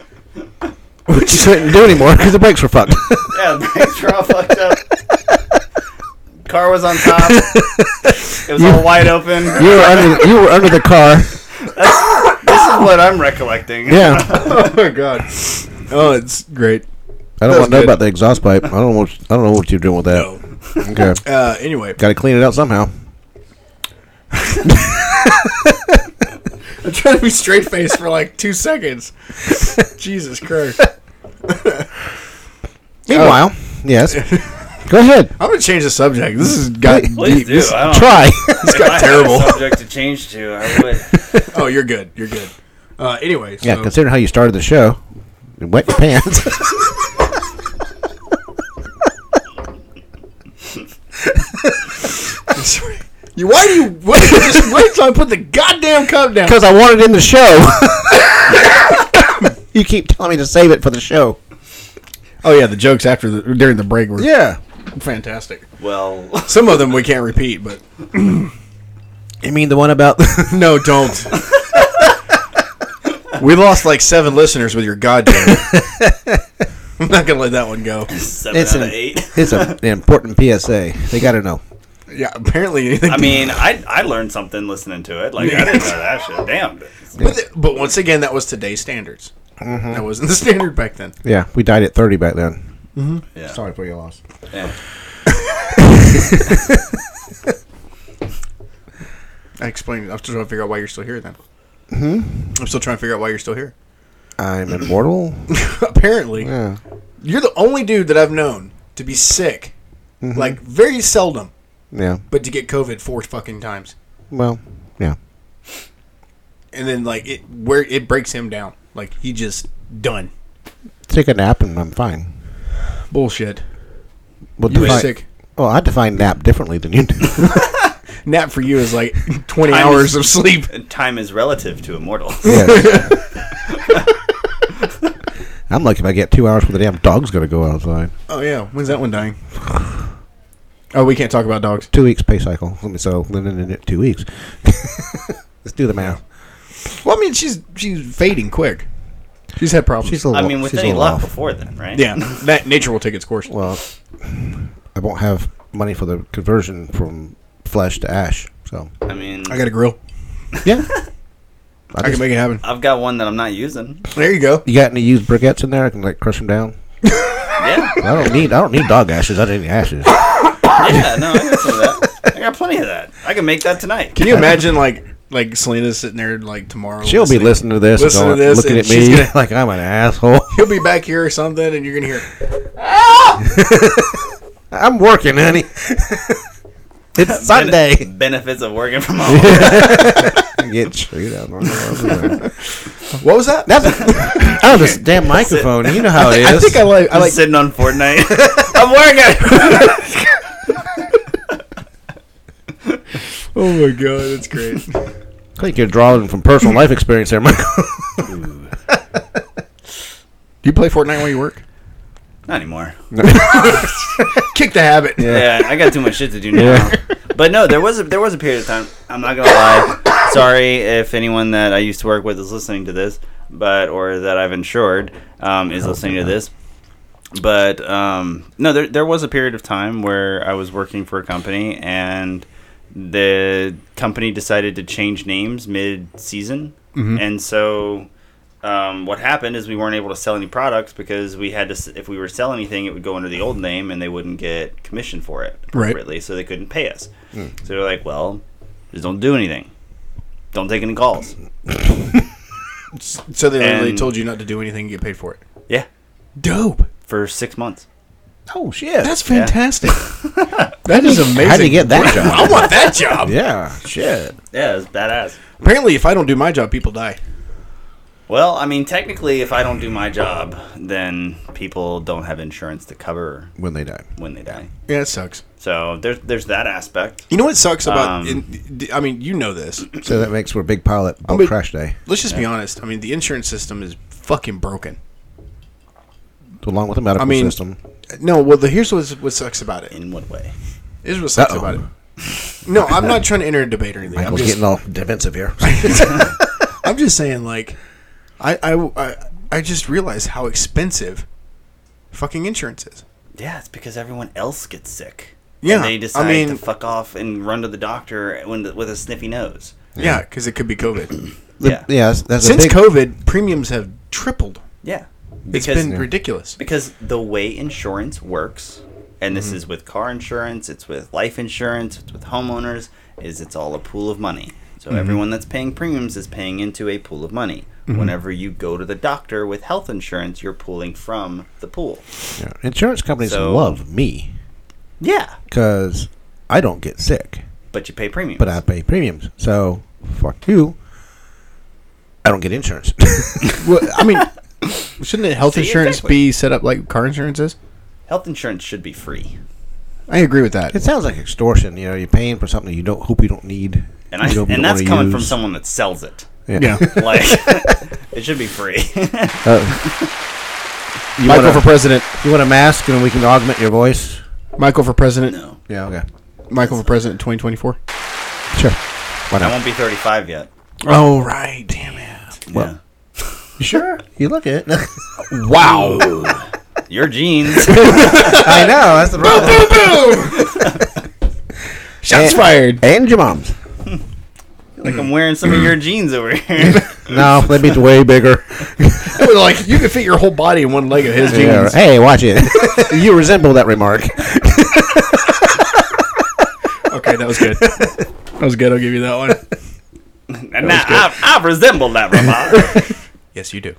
C: Which you couldn't do anymore because the brakes were fucked.
A: yeah, the brakes were all fucked up. Car was on top. It was all wide open.
C: you were under you were under the car.
A: This is what I'm recollecting.
C: Yeah,
B: oh my god. Oh, it's great.
C: I don't
B: was
C: want to know
B: good.
C: about the exhaust pipe. I don't know what I don't know what you're doing with that. Okay,
B: Uh, anyway,
C: got to clean it out somehow.
B: I'm trying to be straight faced for like two seconds. Jesus Christ.
C: Meanwhile, Oh, yes, go ahead.
B: I'm gonna change the subject. This has got deep.
A: Please do.
B: This-
A: I don't
C: Try.
A: It's
B: got terrible.
A: subject to change to. I would.
B: oh, you're good. You're good. Uh, anyway,
C: yeah,
B: so-
C: considering how you started the show, you wet your pants.
B: You, why do you wait, just wait till I put the goddamn cup down?
C: Because I want it in the show. you keep telling me to save it for the show.
B: Oh yeah, the jokes after the, during the break were
C: Yeah.
B: fantastic.
A: Well,
B: Some of them we can't repeat, but
C: I mean the one about
B: no, don't. we lost like seven listeners with your goddamn. I'm not gonna let that one go.
A: seven
C: it's
A: out
C: an
A: of eight.
C: it's a, an important PSA. They got to know.
B: Yeah, apparently anything.
A: I mean, I I learned something listening to it. Like I didn't know that shit. Damn.
B: but, th- but once again, that was today's standards. That wasn't the standard back then.
C: Yeah, we died at thirty back then.
A: Yeah.
C: Sorry for your loss.
A: Yeah.
B: I explained. I'm still trying to figure out why you're still here. Then I'm still trying to figure out why you're still here.
C: I'm immortal.
B: Apparently,
C: Yeah.
B: you're the only dude that I've known to be sick, like very seldom,
C: Yeah.
B: but to get COVID four fucking times,
C: Well. Yeah.
B: and then like it where it breaks him down. Like he just done.
C: Take a nap and I'm fine.
B: Bullshit.
C: Well,
B: You were
C: define-
B: sick.
C: Well, I define nap differently than you do.
B: Nap for you is like 20
A: I'm-
B: hours of sleep.
A: Time is relative to immortal.
C: Yes. I'm lucky if I get two hours before the damn dog's gonna go outside.
B: Oh yeah, when's that one dying? Oh, we can't talk about dogs.
C: Two weeks pay cycle. Let me so living in it two weeks. Let's do the math.
B: Well, I mean, she's she's fading quick. She's had problems.
C: She's a
A: I
C: little.
A: mean, with
C: she's a
A: any
C: little
A: luck
C: off.
A: before then, right?
B: yeah, that nature will take its course.
C: Well, I won't have money for the conversion from flesh to ash. So
A: I mean,
B: I got a grill.
C: yeah, I,
B: I
C: just,
B: can make it happen.
A: I've got one that I'm not using.
B: There you go.
C: you got any used briquettes in there? I can like crush them down.
A: Yeah.
C: I don't need. I don't need dog ashes. I don't need ashes.
A: Yeah, no, I got some of that. I got plenty of that. I can make that tonight.
B: Can you imagine like like Selena's sitting there like tomorrow?
C: She'll be listening to this,
B: Listen to
C: and going,
B: this
C: looking
B: and
C: at
B: she's
C: me
B: gonna-
C: like I'm an asshole.
B: He'll be back here or something, and you're gonna hear.
C: I'm working, honey.
A: Bene-
C: it's Sunday.
A: benefits of working from home.
C: Get chewed up. That's
B: What was that?
C: oh, this damn microphone. You know how it
B: I
C: is.
B: think I like. I
A: I'm
B: like.
A: sitting on Fortnite. I'm working.
B: Oh my god, that's great.
C: I think you're drawing from personal life experience there, Michael.
B: Do you play Fortnite while you work?
A: Not anymore.
B: Kick the habit.
A: Yeah, I got too much shit to do now. But no, there was a there was a period of time. I'm not gonna lie. Sorry if anyone that I used to work with is listening to this, but or that I've insured um, is listening to this. But um, no, there there was a period of time where I was working for a company and the company decided to change names mid season, and so um, what happened is we weren't able to sell any products because we had to s- if we were selling anything it would go under the old name and they wouldn't get commission for it
B: Right.
A: appropriately so they couldn't pay us so they're like well just don't do anything don't take any calls
B: So they literally
A: And-
B: told you not to do anything and get paid for it.
A: yeah
B: Dope.
A: for six months
C: oh shit!
B: That's fantastic. that is amazing.
C: How'd you get that job?
B: I want that job.
C: yeah, shit.
A: yeah it's badass
B: Apparently, if I don't do my job, people die.
A: well i mean technically if i don't do my job then people don't have insurance to cover
C: When they die,
A: when they die
B: Yeah, it sucks.
A: so there's there's that aspect
B: You know what sucks about?
A: Um,
B: in, I mean, you know this.
C: so that makes for a big pilot boat
B: mean-
C: crash day,
B: Let's just be honest. I mean, the insurance system is fucking broken.
C: along with the medical
B: I mean-
C: system.
B: No, well, the, here's what, what sucks about it.
A: in what way
B: Here's what sucks
C: Uh-oh.
B: about it. No, I'm not trying to enter a debate or anything. I'm
C: Michael's
B: just,
C: getting all defensive here.
B: I'm just saying, like, I, I, I, I just realized how expensive fucking insurance is.
A: Yeah, it's because everyone else gets sick.
B: Yeah,
A: and they
B: I
A: decide to
B: mean-
A: fuck off and run to the doctor when, with a sniffy nose.
B: Yeah, because it could be COVID.
A: Yeah, yeah,
C: yeah, that's, that's
B: Since
C: a big.
B: COVID, premiums have tripled. It's
A: Because
B: been ridiculous.
A: because the way insurance works, and this is with car insurance, it's with life insurance, it's with homeowners, is it's all a pool of money. So everyone that's paying premiums is paying into a pool of money. Whenever you go to the doctor with health insurance, you're pulling from the pool.
C: yeah. Insurance companies
A: So-
C: love me
A: Yeah,
C: because I don't get sick,
A: but you pay premiums.
C: but I pay premiums. So fuck you. I don't get insurance.
B: Well, I mean, shouldn't it health
A: See,
B: insurance
A: exactly.
B: be set up like car insurance is?
A: health insurance should be free.
B: I agree with that.
C: It sounds like extortion. You know, you're paying for something you don't hope you don't need.
A: And I
C: you hope you
A: and
C: don't
A: that's
C: wanna
A: coming from
C: use.
A: someone that sells it.
B: Yeah.
A: Like it should be free.
C: Uh, You
B: Michael
C: want,
B: for
C: a,
B: president.
C: you want a mask, and we can augment your voice.
B: Michael for president.
A: no.
C: Yeah. Okay.
B: Michael for president 2024.
C: Sure. Why
A: I
C: not?
A: won't be 35 yet.
B: Oh, right. Damn it.
A: Yeah.
C: Sure. You look it.
B: Wow.
A: Your jeans.
C: I know. That's the problem.
B: Shots fired.
C: and your mom's.
A: like I'm wearing some of your jeans over here.
C: No, that'd be way bigger.
B: It was like, you could fit your whole body in one leg of his
C: Yeah,
B: jeans.
C: Hey, watch it. you resemble that remark.
B: Okay, that was good. That was good. I'll give you that one.
A: and now I, I resemble that robot.
B: Yes, you do.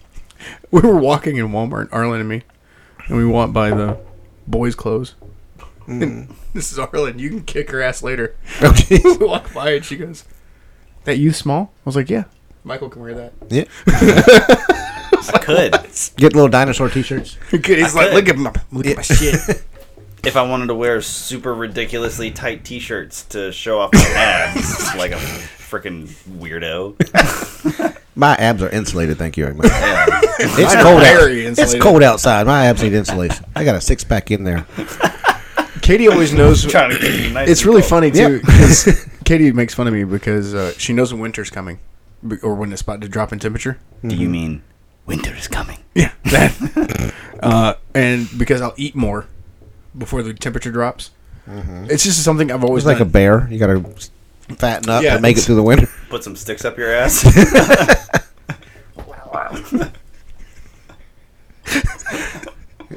B: we were walking in Walmart, Arlen and me, and we walked by the boys' clothes. And this is Arlen. You can kick her ass later.
C: Oh, jeez.
B: we walk by and she goes, "That you small?" I was like, "Yeah." Michael can wear that.
C: yeah.
A: I could
C: Get little dinosaur T-shirts.
B: He's like,
A: I could.
B: "Look at my look at my shit."
A: if I wanted to wear super ridiculously tight T-shirts to show off my abs like a freaking weirdo.
C: My abs are insulated. Thank you very much.
A: Yeah.
C: It's
B: Mine are
C: cold. Out.
B: very
C: It's
B: insulated.
C: cold outside. My abs need insulation. I got a six pack in there.
B: Katie always knows.
A: Trying to get you nice.
B: It's
A: and
B: really
A: cold.
B: funny too.
C: Yep.
B: 'cause Katie makes fun of me because uh, she knows when winter's coming, b- or when it's about to drop in temperature.
A: Do you mean winter is coming?
B: Yeah, that. uh, and because I'll eat more before the temperature drops. It's just something I've always
C: It's like a
B: done.
C: bear. You got to fatten up
B: Yeah,
C: to make it
B: it's-
C: through the winter.
A: Put some sticks up your ass.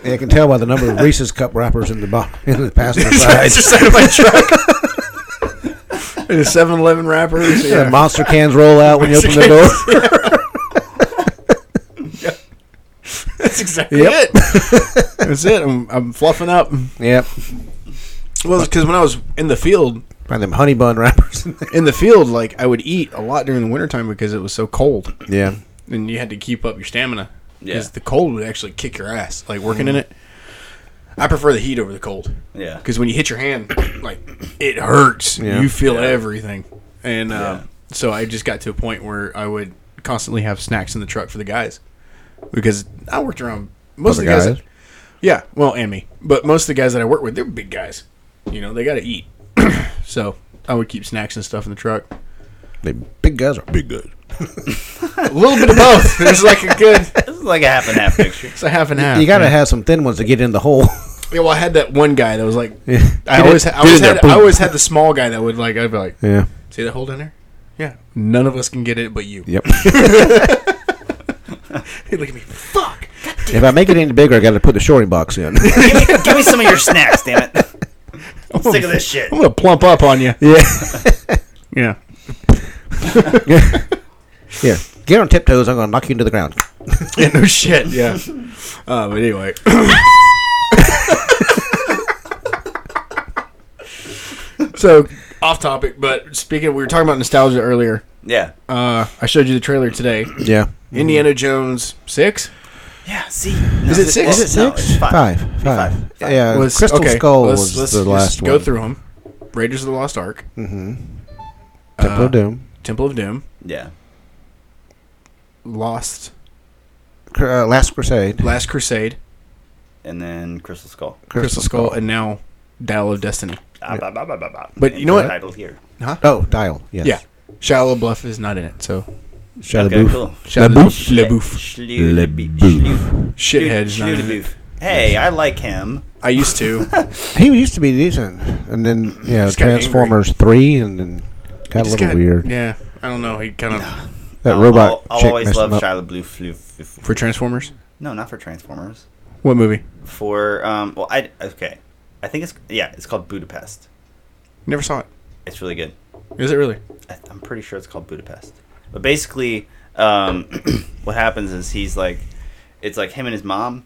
C: Yeah, I can tell by the number of Reese's cup wrappers in the bottom in the passenger
B: It's
C: side.
B: just out of my truck. And a 7-Eleven wrapper. so
C: Yeah,
B: yeah.
C: monster cans roll out when you open the
B: Monster
C: door.
B: That's exactly it. That's it. I'm, I'm fluffing up.
C: yep.
B: Well, because when I was in the field,
C: Find them honey bun wrappers. in there.
B: in the field, like I would eat a lot during the wintertime because it was so cold,
C: yeah.
B: and you had to keep up your stamina because
A: Yeah.
B: the cold would actually kick your ass. Like working in it, I prefer the heat over the cold.
A: Yeah.
B: because when you hit your hand, like it hurts.
C: Yeah.
B: You feel
A: Yeah.
B: everything, and uh, so I just got to a point where I would constantly have snacks in the truck for the guys because I worked around most of the
C: Other
B: guys.
C: guys?
B: yeah, well, and me, but most of the guys that I work with, they're big guys. You know, they got to eat, so I would keep snacks and stuff in the truck.
C: The big guys are big guys.
B: A little bit of both. There's like a good,
A: This is like a half and half picture.
B: it's a half and half.
C: You got to
B: man.
C: have some thin ones to get in the hole.
B: Yeah, well, I had that one guy that was like,
C: Yeah.
B: I
C: Get
B: always,
C: in-
B: ha- I
C: get
B: always
C: in there,
B: had, I
C: boom.
B: always had the small guy that would like, I'd be like,
C: yeah.
B: See that hole down there? Yeah. None of us can get it but you.
C: Yep.
B: Hey, look at me. Fuck.
C: if I make it any bigger, I got to put the shoring box in.
A: Give me some of your snacks, damn it. I'm sick of this shit.
B: I'm gonna plump up on you.
C: yeah.
B: Yeah.
C: Yeah. Get on tiptoes. I'm gonna knock you into the ground.
B: Yeah. No shit. Yeah. uh, but anyway. so off topic, but speaking, we were talking about nostalgia earlier.
A: Yeah.
B: Uh, I showed you the trailer today.
C: Yeah.
B: Indiana Jones six.
A: Yeah, see.
B: Is it six?
C: Is it six?
A: No, it's five.
C: Five. Five. Yeah. Uh, Crystal
B: okay,
C: Skull
B: let's-
C: was
B: let's
C: the
B: just
C: last
B: Go
C: one.
B: through them. Raiders of the Lost Ark,
C: Mm-hmm. Temple of Doom.
B: Temple of Doom,
A: Yeah.
B: Lost,
C: Cr- Uh, last Crusade.
B: Last Crusade,
A: And then Crystal Skull.
B: Crystal Skull, and now Dial of Destiny.
A: Ah, bah, bah, bah, bah, bah.
B: But
A: And
B: you know what?
A: Title here.
C: Oh, Dial. Yes.
B: Yeah. Shia LaBeouf is not in it, so
C: Shia
A: okay,
C: LaBeouf.
A: cool.
B: Shia
C: LaBeouf?
B: LaBeouf. Shithead is not in it.
A: LaBeouf. Hey, I like him.
B: I used to.
C: He used to be decent, and then you know
B: Just got angry.
C: Transformers three, and then got a
B: Just
C: little
B: got-
C: weird.
B: Yeah, I don't know. He kind of
C: That
A: I'll-
C: robot
A: I'll, I'll
C: chick
A: always
C: messed
A: love
C: him up.
A: Shia LaBeouf.
B: for Transformers.
A: No, not for Transformers.
B: What movie?
A: For um, well, I okay. I think it's yeah. It's called Budapest.
B: Never saw it.
A: It's really good.
B: Is it really?
A: I- I'm pretty sure it's called Budapest. But basically, um, what happens is he's like, it's like him and his mom,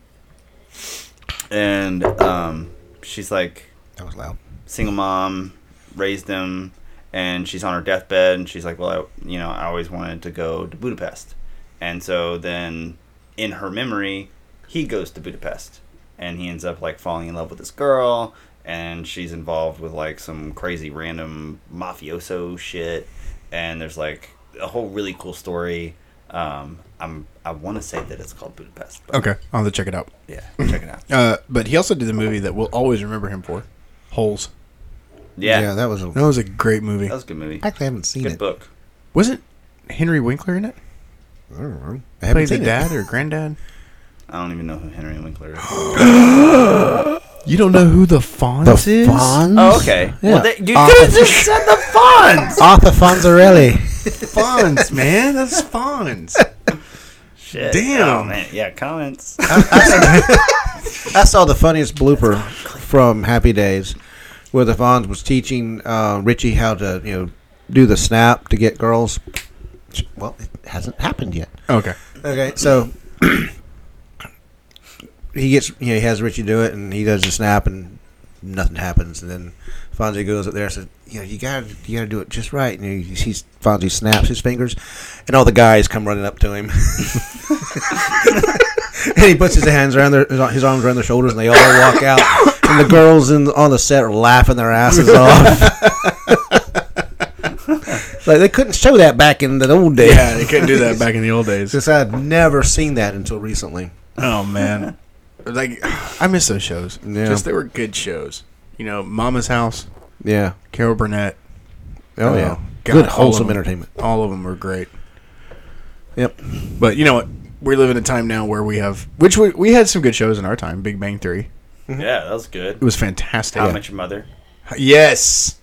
A: and um, she's like
C: That was loud.
A: single mom, raised him, and she's on her deathbed, and she's like, well, I, you know, I always wanted to go to Budapest, and so then in her memory, he goes to Budapest, and he ends up like falling in love with this girl, and she's involved with like some crazy random mafioso shit. And there's like a whole really cool story. Um, I'm I want to say that it's called Budapest. But
B: Okay, I'll have to check it out.
A: Yeah, check it out.
B: Uh, but he also did the movie that we'll always remember him for, Holes.
A: Yeah,
C: that was a.
B: That was a great movie.
A: that was a good movie.
C: I actually haven't seen
A: Good
C: it.
A: book.
B: Wasn't Henry Winkler in it?
C: I don't know. I
B: Played
C: haven't
B: the
C: seen it.
B: dad or granddad?
A: I don't even know who Henry Winkler is.
B: You don't know who the Fonz
C: The
B: is?
C: Fonz.
A: Oh, okay.
C: Yeah.
A: Well, they, you
C: Arthur-
A: could have just said the Fonz.
C: Arthur Fonzarelli.
B: Fonz, man. That's Fonz.
A: Shit.
B: Damn.
A: Oh, man. Yeah, comments.
C: I saw the funniest blooper from Happy Days, where the Fonz was teaching uh, Richie how to, you know, do the snap to get girls. Well, it hasn't happened yet.
B: Okay.
C: Okay, so he gets, you know, he has Richie do it, and he does the snap, and nothing happens. And then Fonzie goes up there and says, "You know, you gotta, you gotta do it just right." And he, he's Fonzie snaps his fingers, and all the guys come running up to him. and he puts his hands around their his, his arms around their shoulders, and they all walk out. And the girls in on the set are laughing their asses off. like they couldn't show that back in the old days.
B: Yeah, they couldn't do that back in the old days.
C: Since I'd never seen that until recently.
B: Oh man, like I miss those shows.
C: Yeah.
B: Just they were good shows. You know, Mama's House,
C: Yeah.
B: Carol Burnett,
C: Oh,
B: Oh,
C: yeah.
B: God, all
C: Good
B: of
C: wholesome
B: them.
C: entertainment.
B: all of them were great.
C: Yep.
B: But you know what? We live in a time now where we have, which we, we had some good shows in our time. Big Bang Theory,
A: yeah, that was good.
B: it was fantastic.
A: How much your mother?
B: Yes,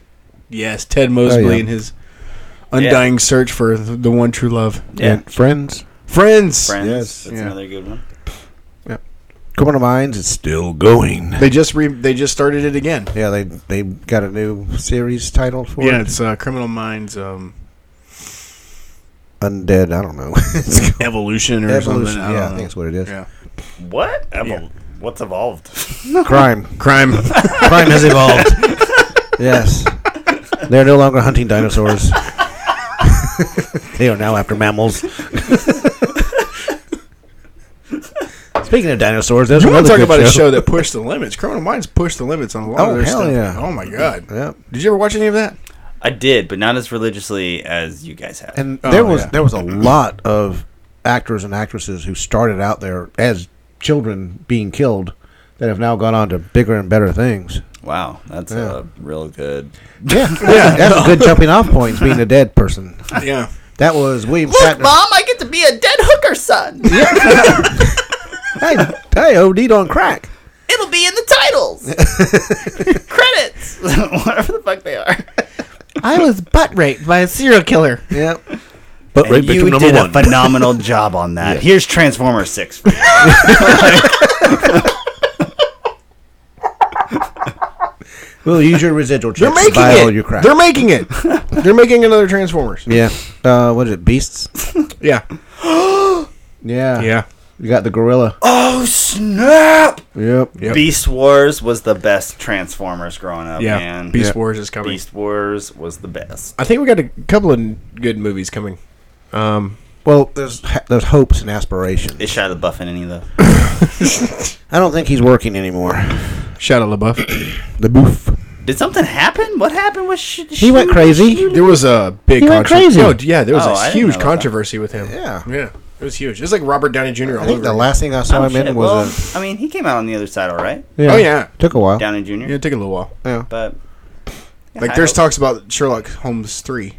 B: yes. Ted Mosby
C: Oh, yeah.
B: and his undying search for th- the one true love.
A: Yeah.
C: And friends.
B: Friends.
A: Friends.
C: Yes.
A: That's
B: Yeah.
A: another good one.
C: Criminal Minds is still going.
B: They just re- they just started it again.
C: Yeah, they they got a new series title for
B: Yeah,
C: it.
B: it's uh, Criminal Minds um,
C: Undead, I don't know. It's called
B: Evolution or
C: Evolution.
B: something. I
C: yeah,
B: don't
C: I
B: know.
C: think that's what it is.
B: Yeah.
A: What? Evol-
B: Yeah.
A: What's evolved?
C: Crime.
B: Crime.
C: Crime has evolved. yes. They're no longer hunting dinosaurs. they are now after mammals. Speaking of dinosaurs, there's
B: You want
C: another
B: to talk
C: good
B: about a
C: show.
B: show that pushed the limits? Criminal Minds pushed the limits on a lot
C: Oh,
B: of their
C: hell
B: stuff.
C: yeah.
B: Oh my god!
C: Yep.
B: Did you ever watch any of that?
A: I did, but not as religiously as you guys have.
C: And
B: Oh,
C: there was
B: yeah.
C: there was a lot of actors and actresses who started out there as children being killed that have now gone on to bigger and better things.
A: wow, that's
C: Yeah.
A: a real good.
C: Yeah, yeah, that's a good jumping off point. is Being a dead person.
B: Yeah.
C: That was William Shatner.
D: I get to be a dead hooker son.
C: Hey, hey, OD'd on crack.
D: It'll be in the titles. Credits. Whatever the fuck they are.
E: I was butt raped by a serial killer.
C: Yep.
A: But you did a phenomenal job on that. Here's Transformer Six. for you.
C: We'll use your residual
B: They're
C: checks to
B: making
C: buy all
B: it.
C: your crack.
B: They're making it. They're making another Transformers.
C: yeah. Uh, what is it? Beasts.
B: Yeah.
C: Yeah. You got the gorilla.
A: oh snap!
C: Yep.
B: Yep.
A: Beast Wars was the best Transformers growing
C: Oh,
A: up.
B: Yeah.
A: man.
B: Beast
A: Beast,
B: Wars is coming.
A: Wars was the best.
B: I think we got a couple of good movies coming. Um,
C: Well, there's there's hopes and aspirations.
A: Is Shia LaBeouf in any of those?
C: I don't think he's working anymore.
B: shout out LaBeouf.
C: The boof.
A: Did something happen? What happened with? Sh-
C: He went crazy.
B: There was a big.
C: He went
B: contro-
C: crazy.
B: No, d- yeah, there was
A: Oh, I
B: a
A: didn't know
B: huge
A: about
B: controversy with him.
C: Yeah.
B: Yeah. It was huge. It was like Robert Downey Jr.
C: I
B: all
C: think
B: over.
C: the
B: again.
C: last thing I saw him in was a.
A: I mean, he came out on the other side all right.
C: Oh, Yeah,
B: Oh, yeah.
C: took a while.
A: Downey Jr.
B: Yeah, it took a little while.
C: Yeah,
A: But yeah,
B: Like,
A: I
B: there's
A: hope-
B: talks about Sherlock Holmes three.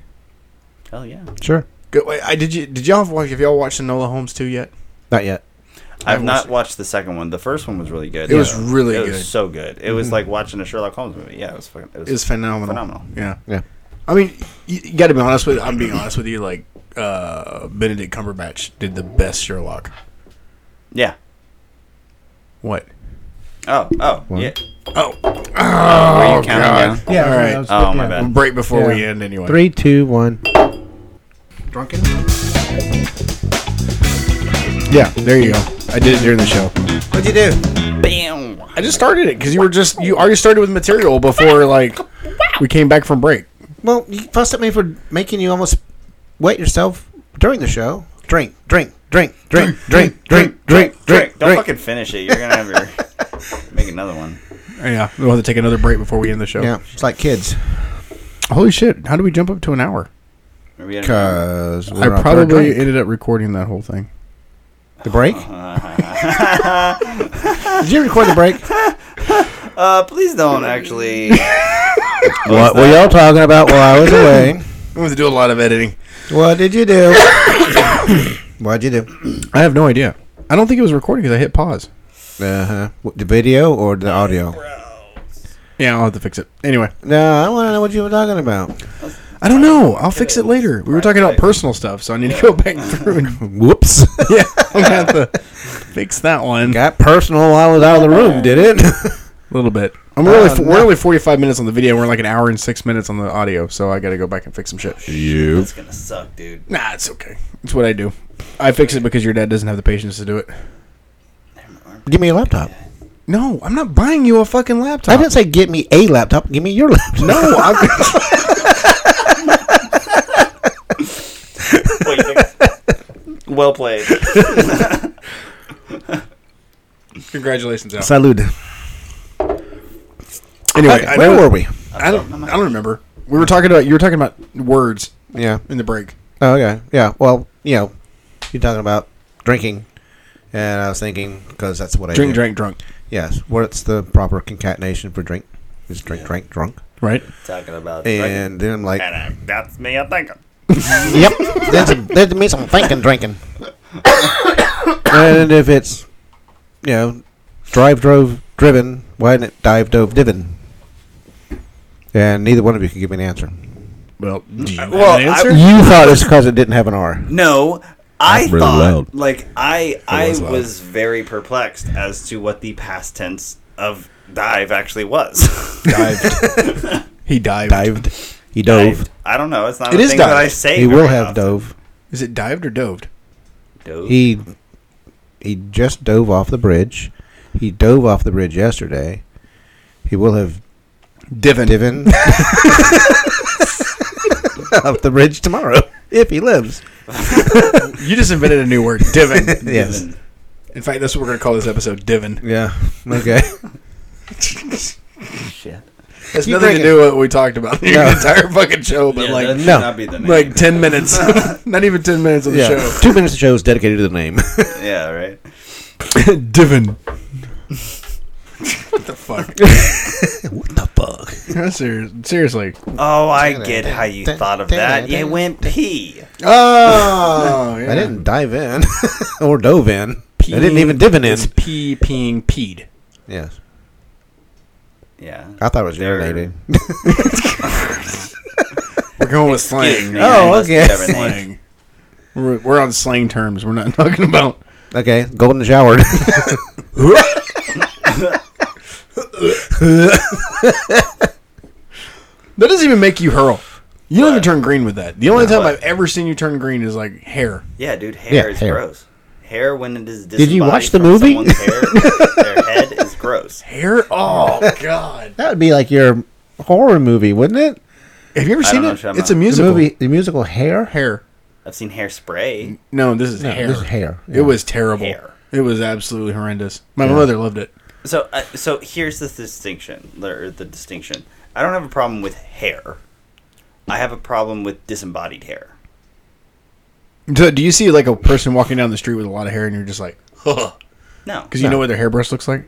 A: Oh yeah,
C: sure.
B: Good. Wait, I did you did y'all have, watch- have y'all watched Enola Holmes two yet?
C: Not yet.
A: I've not
B: watched-
A: watched the second one. The first one was really good.
B: It was really
A: it
B: good.
A: Was so good. It was like watching a Sherlock Holmes movie. Yeah, it was fucking. It was,
B: It was phenomenal.
A: Phenomenal.
B: Yeah.
C: Yeah.
B: I mean, you, you got to be honest with. I'm being honest with you. Like uh, Benedict Cumberbatch did the best Sherlock.
A: yeah.
B: What?
A: Oh, oh, yeah.
B: Oh, oh,
A: you counting
B: God.
C: Yeah,
B: All right.
A: Oh my bad.
B: Break before we
C: Yeah.
B: end anyway.
C: Three, two, one.
B: Drunken. Yeah, there you go. I did it during the show.
C: What'd you do?
A: Bam.
B: I just started it because you were just you already started with material before like we came back from break.
C: Well, you fussed at me for making you almost wet yourself during the show. Drink, drink, drink, drink, drink, drink, drink, drink,
A: Don't
C: drink.
A: fucking finish it. You're gonna have your make another one.
B: Yeah, we'll have to take another break before we end the show.
C: Yeah, it's like kids.
B: Holy shit! How do we jump up to an hour?
A: Are we at a-
C: Cause we're
B: I
C: on
B: probably
C: third drink.
B: ended up recording that whole thing.
C: the break. Did you record the break?
A: uh, please don't actually.
C: what were y'all talking about while I was away?
B: We have to do a lot of editing.
C: What did you do? What'd you do?
B: I have no idea. I don't think it was recording because I hit pause.
C: Uh huh. The video or the audio?
B: Yeah, I'll have to fix it. Anyway,
C: No, I want to know what you were talking about.
B: I don't know. I'll fix it later. We were talking about personal stuff, so I need to go back through and
C: Whoops.
B: yeah, I'm gonna have to fix that one a
C: Got personal while I was out of the room, did it?
B: little bit. I'm really
C: Uh,
B: we're only 45 minutes on the video. We're like an hour and six minutes on the audio, so I got to go back and fix some shit.
C: you.
A: It's gonna suck, dude.
B: Nah, it's okay. It's what I do. I fix it because your dad doesn't have the patience to do it.
C: Give me your laptop.
B: No, I'm not buying you a fucking
C: I
B: laptop.
C: didn't say get me a laptop. Give me your laptop.
B: no, I'm,
A: Wait, thanks. well played.
B: congratulations. Al.
C: Salud.
B: Anyway,
C: Okay,
B: I
C: where
B: know-
C: were we?
B: I don't. I don't remember. We were talking about. You were talking about words
C: Yeah.
B: in the break.
C: Oh, okay. Yeah. Well, you know, you're talking about drinking, and I was thinking because that's what I
B: Drink,
C: do.
B: drank, drunk.
C: Yes. What's the proper concatenation for drink? Is drink, drank, drunk.
B: Right.
A: Talking about
C: And then I'm like,
A: and I, that's me. I'm thinking.
C: yep. That's that means I'm thinking drinking. and if it's, you know, drive, drove, driven, why isn't it dive, dove, divin? And neither one of you can give me an answer.
B: Well, do you have
A: well,
B: an
A: I-
B: answer?
C: You thought it's because it didn't have an R.
A: No, I
F: That's really
A: thought
F: loud.
A: like I I
B: was
A: was,
B: loud.
A: very perplexed as to what the past tense of dive actually was.
B: dived. he dived.
C: Dived. He dove.
A: I, don't know. It's not
B: It
A: a
B: is
A: thing that
B: dive.
A: I say.
C: He
A: very
C: will have
A: often.
C: dove.
B: Is it dived or doved?
A: Dove.
C: He he just dove off the bridge. He dove off the bridge yesterday. He will have
B: Divin.
C: divin off the bridge tomorrow if he lives.
B: You just invented a new word, divin.
C: Yes.
B: In fact, that's what we're gonna call this episode, divin.
C: Yeah. Okay.
A: Shit.
B: It's
C: Keep
B: nothing to
C: drinking.
B: do with what we talked about the
C: No.
B: entire fucking show, but like
C: no.
A: Not be the name.
B: like ten minutes, not even ten minutes of the
C: yeah.
B: show.
C: Two minutes of show is dedicated to the name.
A: yeah, right.
B: divin. what the fuck?
C: what the fuck?
B: Ser- Seriously.
A: Oh, I get how you thought of that. You went pee.
B: Oh, yeah.
C: I didn't dive in or dove in. I didn't even divin in.
B: It's pee peeing peed.
C: Yes.
A: Yeah.
C: I thought it was
A: There.
C: urinating.
B: We're going with
A: Getting
B: slang.
A: me.
C: Oh,
A: Let's
C: okay.
A: do everything.
B: Slang. We're, we're on slang terms. We're not talking about.
C: Okay. Golden showered.
B: That doesn't even make you hurl. You don't even turn green with that. The only time I've ever seen you turn green is like hair.
A: Yeah, dude, hair
C: Yeah,
A: is
C: hair.
A: gross. Hair when it is
C: Did you
A: disembodied
C: watch the
A: from
C: movie?
A: someone's Hair, their head is gross.
B: Hair? Oh God!
C: that would be like your horror movie, wouldn't it?
B: Have you ever
A: I
B: seen
A: don't know
B: it?
A: if I'm
B: It's
A: not-
B: a
A: The
B: musical.
C: The movie, the musical Hair.
B: Hair.
A: I've seen hairspray.
B: No, this is
C: No,
B: hair.
C: this is hair.
B: It was terrible.
A: Hair.
B: It was absolutely horrendous. My mother loved it.
A: So, uh, so here's the distinction. Or the distinction. I don't have a problem with hair. I have a problem with disembodied hair.
B: Do, do you see like a person walking down the street with a lot of hair, and you're just like, because
A: No,
B: you know what their hairbrush looks like?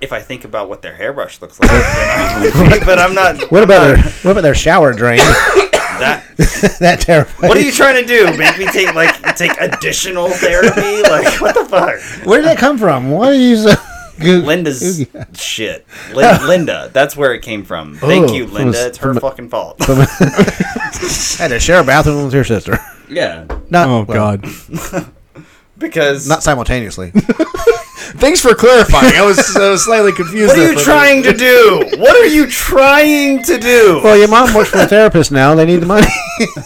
A: if I think about what their hairbrush looks like, then I'm, but I'm not.
C: What about their What about their shower drain?
A: That,
C: that terrifying.
A: what are you trying to do? Make me take like take additional therapy? Like what the fuck?
C: Where did that come from? Why are you so? Good?
A: Linda's shit. Lin- Linda, that's where it came from. Thank
B: Oh,
A: you,
B: from
A: Linda.
C: a-
A: It's her fucking fault.
C: had to share a bathroom with your sister.
A: yeah,
C: Not,
B: Oh
C: well,
B: God!
A: because
C: Not simultaneously.
B: Thanks for clarifying. I was, I was slightly confused.
A: what are
B: there
A: you
B: for a
A: trying to do? What are you trying to do?
C: well, your mom works for a therapist now. They need the money.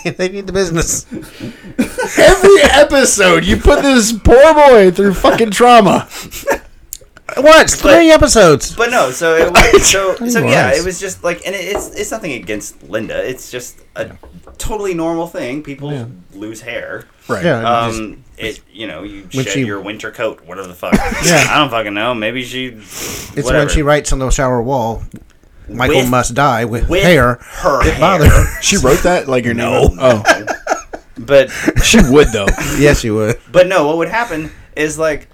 C: they need the business.
B: minute. Every episode, you put this poor boy through fucking trauma.
C: What? It's
A: But-
C: three episodes.
A: But no, so it was, so so yeah,
C: Nice.
A: it was just like, and it, it's it's nothing against Linda. It's just a totally normal thing. People
C: Yeah.
A: lose hair.
B: Right.
C: yeah.
A: Um, it you know you
C: When
A: shed
C: she-
A: your winter coat, whatever the fuck.
C: Yeah.
A: I don't fucking know. Maybe she.
C: it's
A: whatever.
C: when she writes on the shower wall, Michael
A: With-
C: must die with,
A: with
C: hair.
A: her
C: It
A: hair.
C: bothered her.
B: She wrote that like your
A: No.
B: name. Oh,
A: But
B: she would though.
C: yes, you would.
A: but no, what would happen is like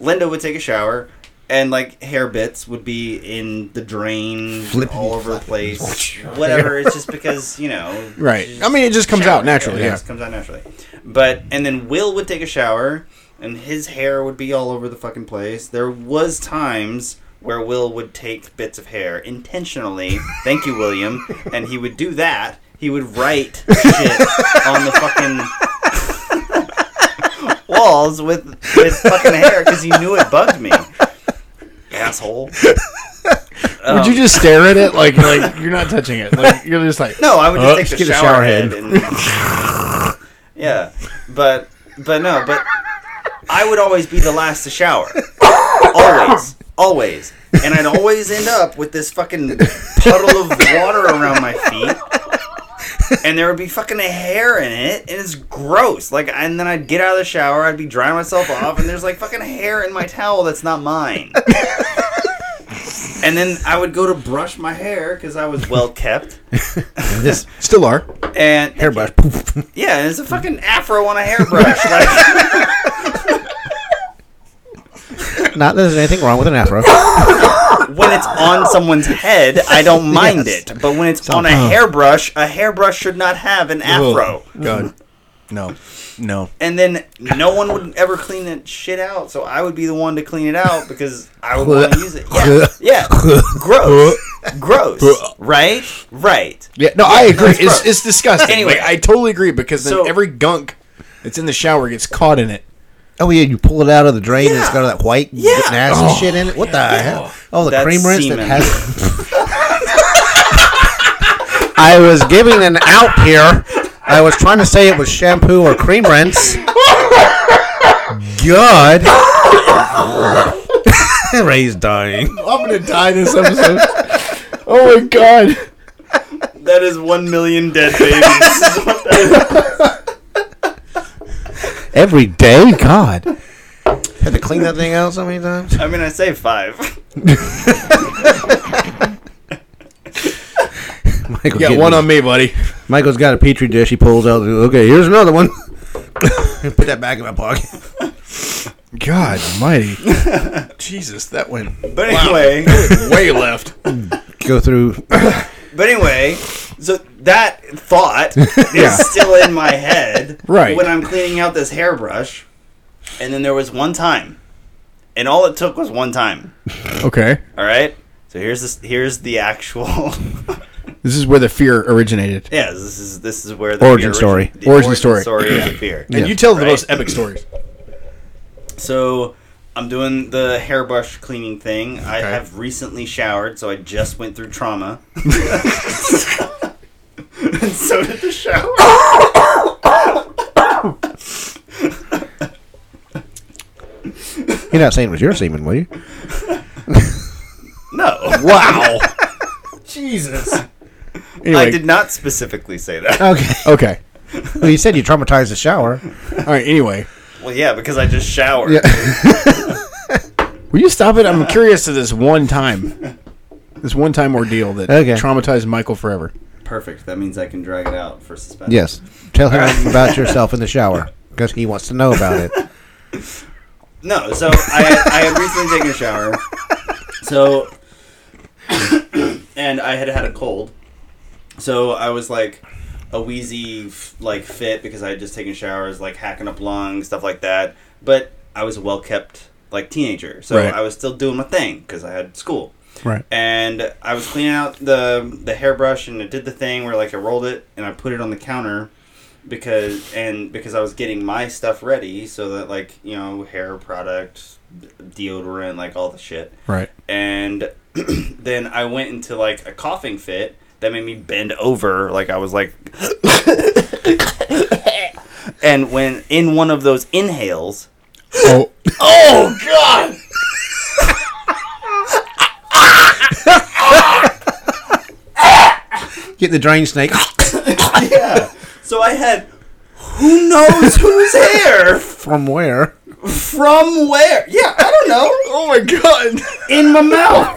A: Linda would take a shower. And like hair bits would be in the drain,
C: Flippity
A: all over the place, whatever. It's just because you know,
B: Right.
A: she's-
B: I mean, it just comes
A: shower.
B: out naturally.
A: it
B: Yeah.
A: just comes out naturally. But and then Will would take a shower, and his hair would be all over the fucking place. There was times where Will would take bits of hair intentionally. Thank you, William. And he would do that. He would write shit on the fucking walls with with fucking hair because he knew it bugged me. Asshole.
B: Would you
A: Um,
B: just stare at it like like you're not touching it? Like you're just like
A: No, I would just
B: Uh,
A: take
B: just
A: the
B: get a
A: shower,
B: shower
A: head.
B: head.
A: and- yeah, but but no, but I would always be the last to shower. Always, always, and I'd always end up with this fucking puddle of water around my feet. And there would be fucking hair in it, and it's gross. Like, and then I'd get out of the shower, I'd be drying myself off, and there's like fucking hair in my towel that's not mine. and then I would go to brush my hair because I was well kept.
C: This
B: still are.
A: And
C: hairbrush.
A: yeah, and it's a fucking afro on a hairbrush. Like,
C: Not that there's anything wrong with an afro.
A: when it's on someone's head, I don't mind
C: Yes.
A: it. But when it's on a hairbrush, a hairbrush should not have an
B: Oh,
A: afro.
B: God. No. No.
A: And then no one would ever clean that shit out, so I would be the one to clean it out because I would want to use it. Yeah, yeah. gross, gross. Right, right.
B: Yeah. No, I agree.
A: that's
B: It's,
A: gross.
B: it's disgusting.
A: Anyway.
B: Like, I totally agree because then
A: So-
B: every gunk that's in the shower gets caught in it.
C: Oh yeah, you pull it out of the drain and it's
A: Yeah.
C: got that white
A: Yeah. Oh.
C: nasty shit in it. What the hell? Oh, the
A: That's
C: cream rinse
A: semen.
C: that has. I was giving an out here. I was trying to say it was shampoo or cream rinse. God. Ray's dying.
B: I'm gonna die this episode. oh my god.
A: That is one million dead babies.
C: Every day? God. Had to clean that thing out so many times.
A: I mean, I say five.
C: Michael
B: You got
C: getting-
B: one on me, buddy.
C: Michael's got a petri dish. He pulls out. Okay, here's another one. Put that back in my pocket.
B: God mighty. Jesus, that went
A: But anyway.
B: way left.
C: Go through.
A: But anyway, so that thought
B: Yeah.
A: is still in my head
B: Right.
A: when I'm cleaning out this hairbrush. And then there was one time, and all it took was one time.
B: Okay.
A: All right. So here's this. Here's the actual.
B: This is where the fear originated.
A: yeah. This is this is where the
C: Origin
A: origi-
C: story.
A: the
B: Origin story.
A: Story of the fear.
B: And
C: Yeah.
B: you tell the
A: Right.
B: most epic stories.
A: So I'm doing the hairbrush cleaning thing. I
B: Okay.
A: have recently showered, so I just went through trauma. and so did the shower.
C: You're not saying it was your semen, will you?
A: No.
B: Wow.
A: Jesus.
B: Anyway, Uh,
A: I did not specifically say that.
C: Okay.
B: Okay.
C: well, you said you traumatized the shower.
B: All right. Anyway,
A: Well, yeah, because I just showered.
B: will you stop it? I'm curious to this one time, this one time ordeal that
C: Okay.
B: traumatized Michael forever.
A: Perfect. That means I can drag it out for suspense.
C: Yes. Tell him about yourself in the shower because he wants to know about it.
A: No, so I, I had recently taken a shower. So, and I had had a cold. So I was like a wheezy, f- like fit because I had just taken showers, like hacking up lungs, stuff like that. But I was a well kept, like teenager. So
B: Right.
A: I was still doing my thing because I had school.
B: Right.
A: and I was cleaning out the the hairbrush and it did the thing where like I rolled it and I put it on the counter because and because I was getting my stuff ready so that like you know hair product deodorant like all the shit
B: Right.
A: and then I went into like a coughing fit that made me bend over like I was like and when
C: Oh.
A: in one of those inhales
B: Oh.
A: oh god
C: Get the drain snake.
A: yeah. So I had who knows whose hair
C: From where?
A: from where? Yeah, I don't know.
B: Oh my god!
A: In my mouth.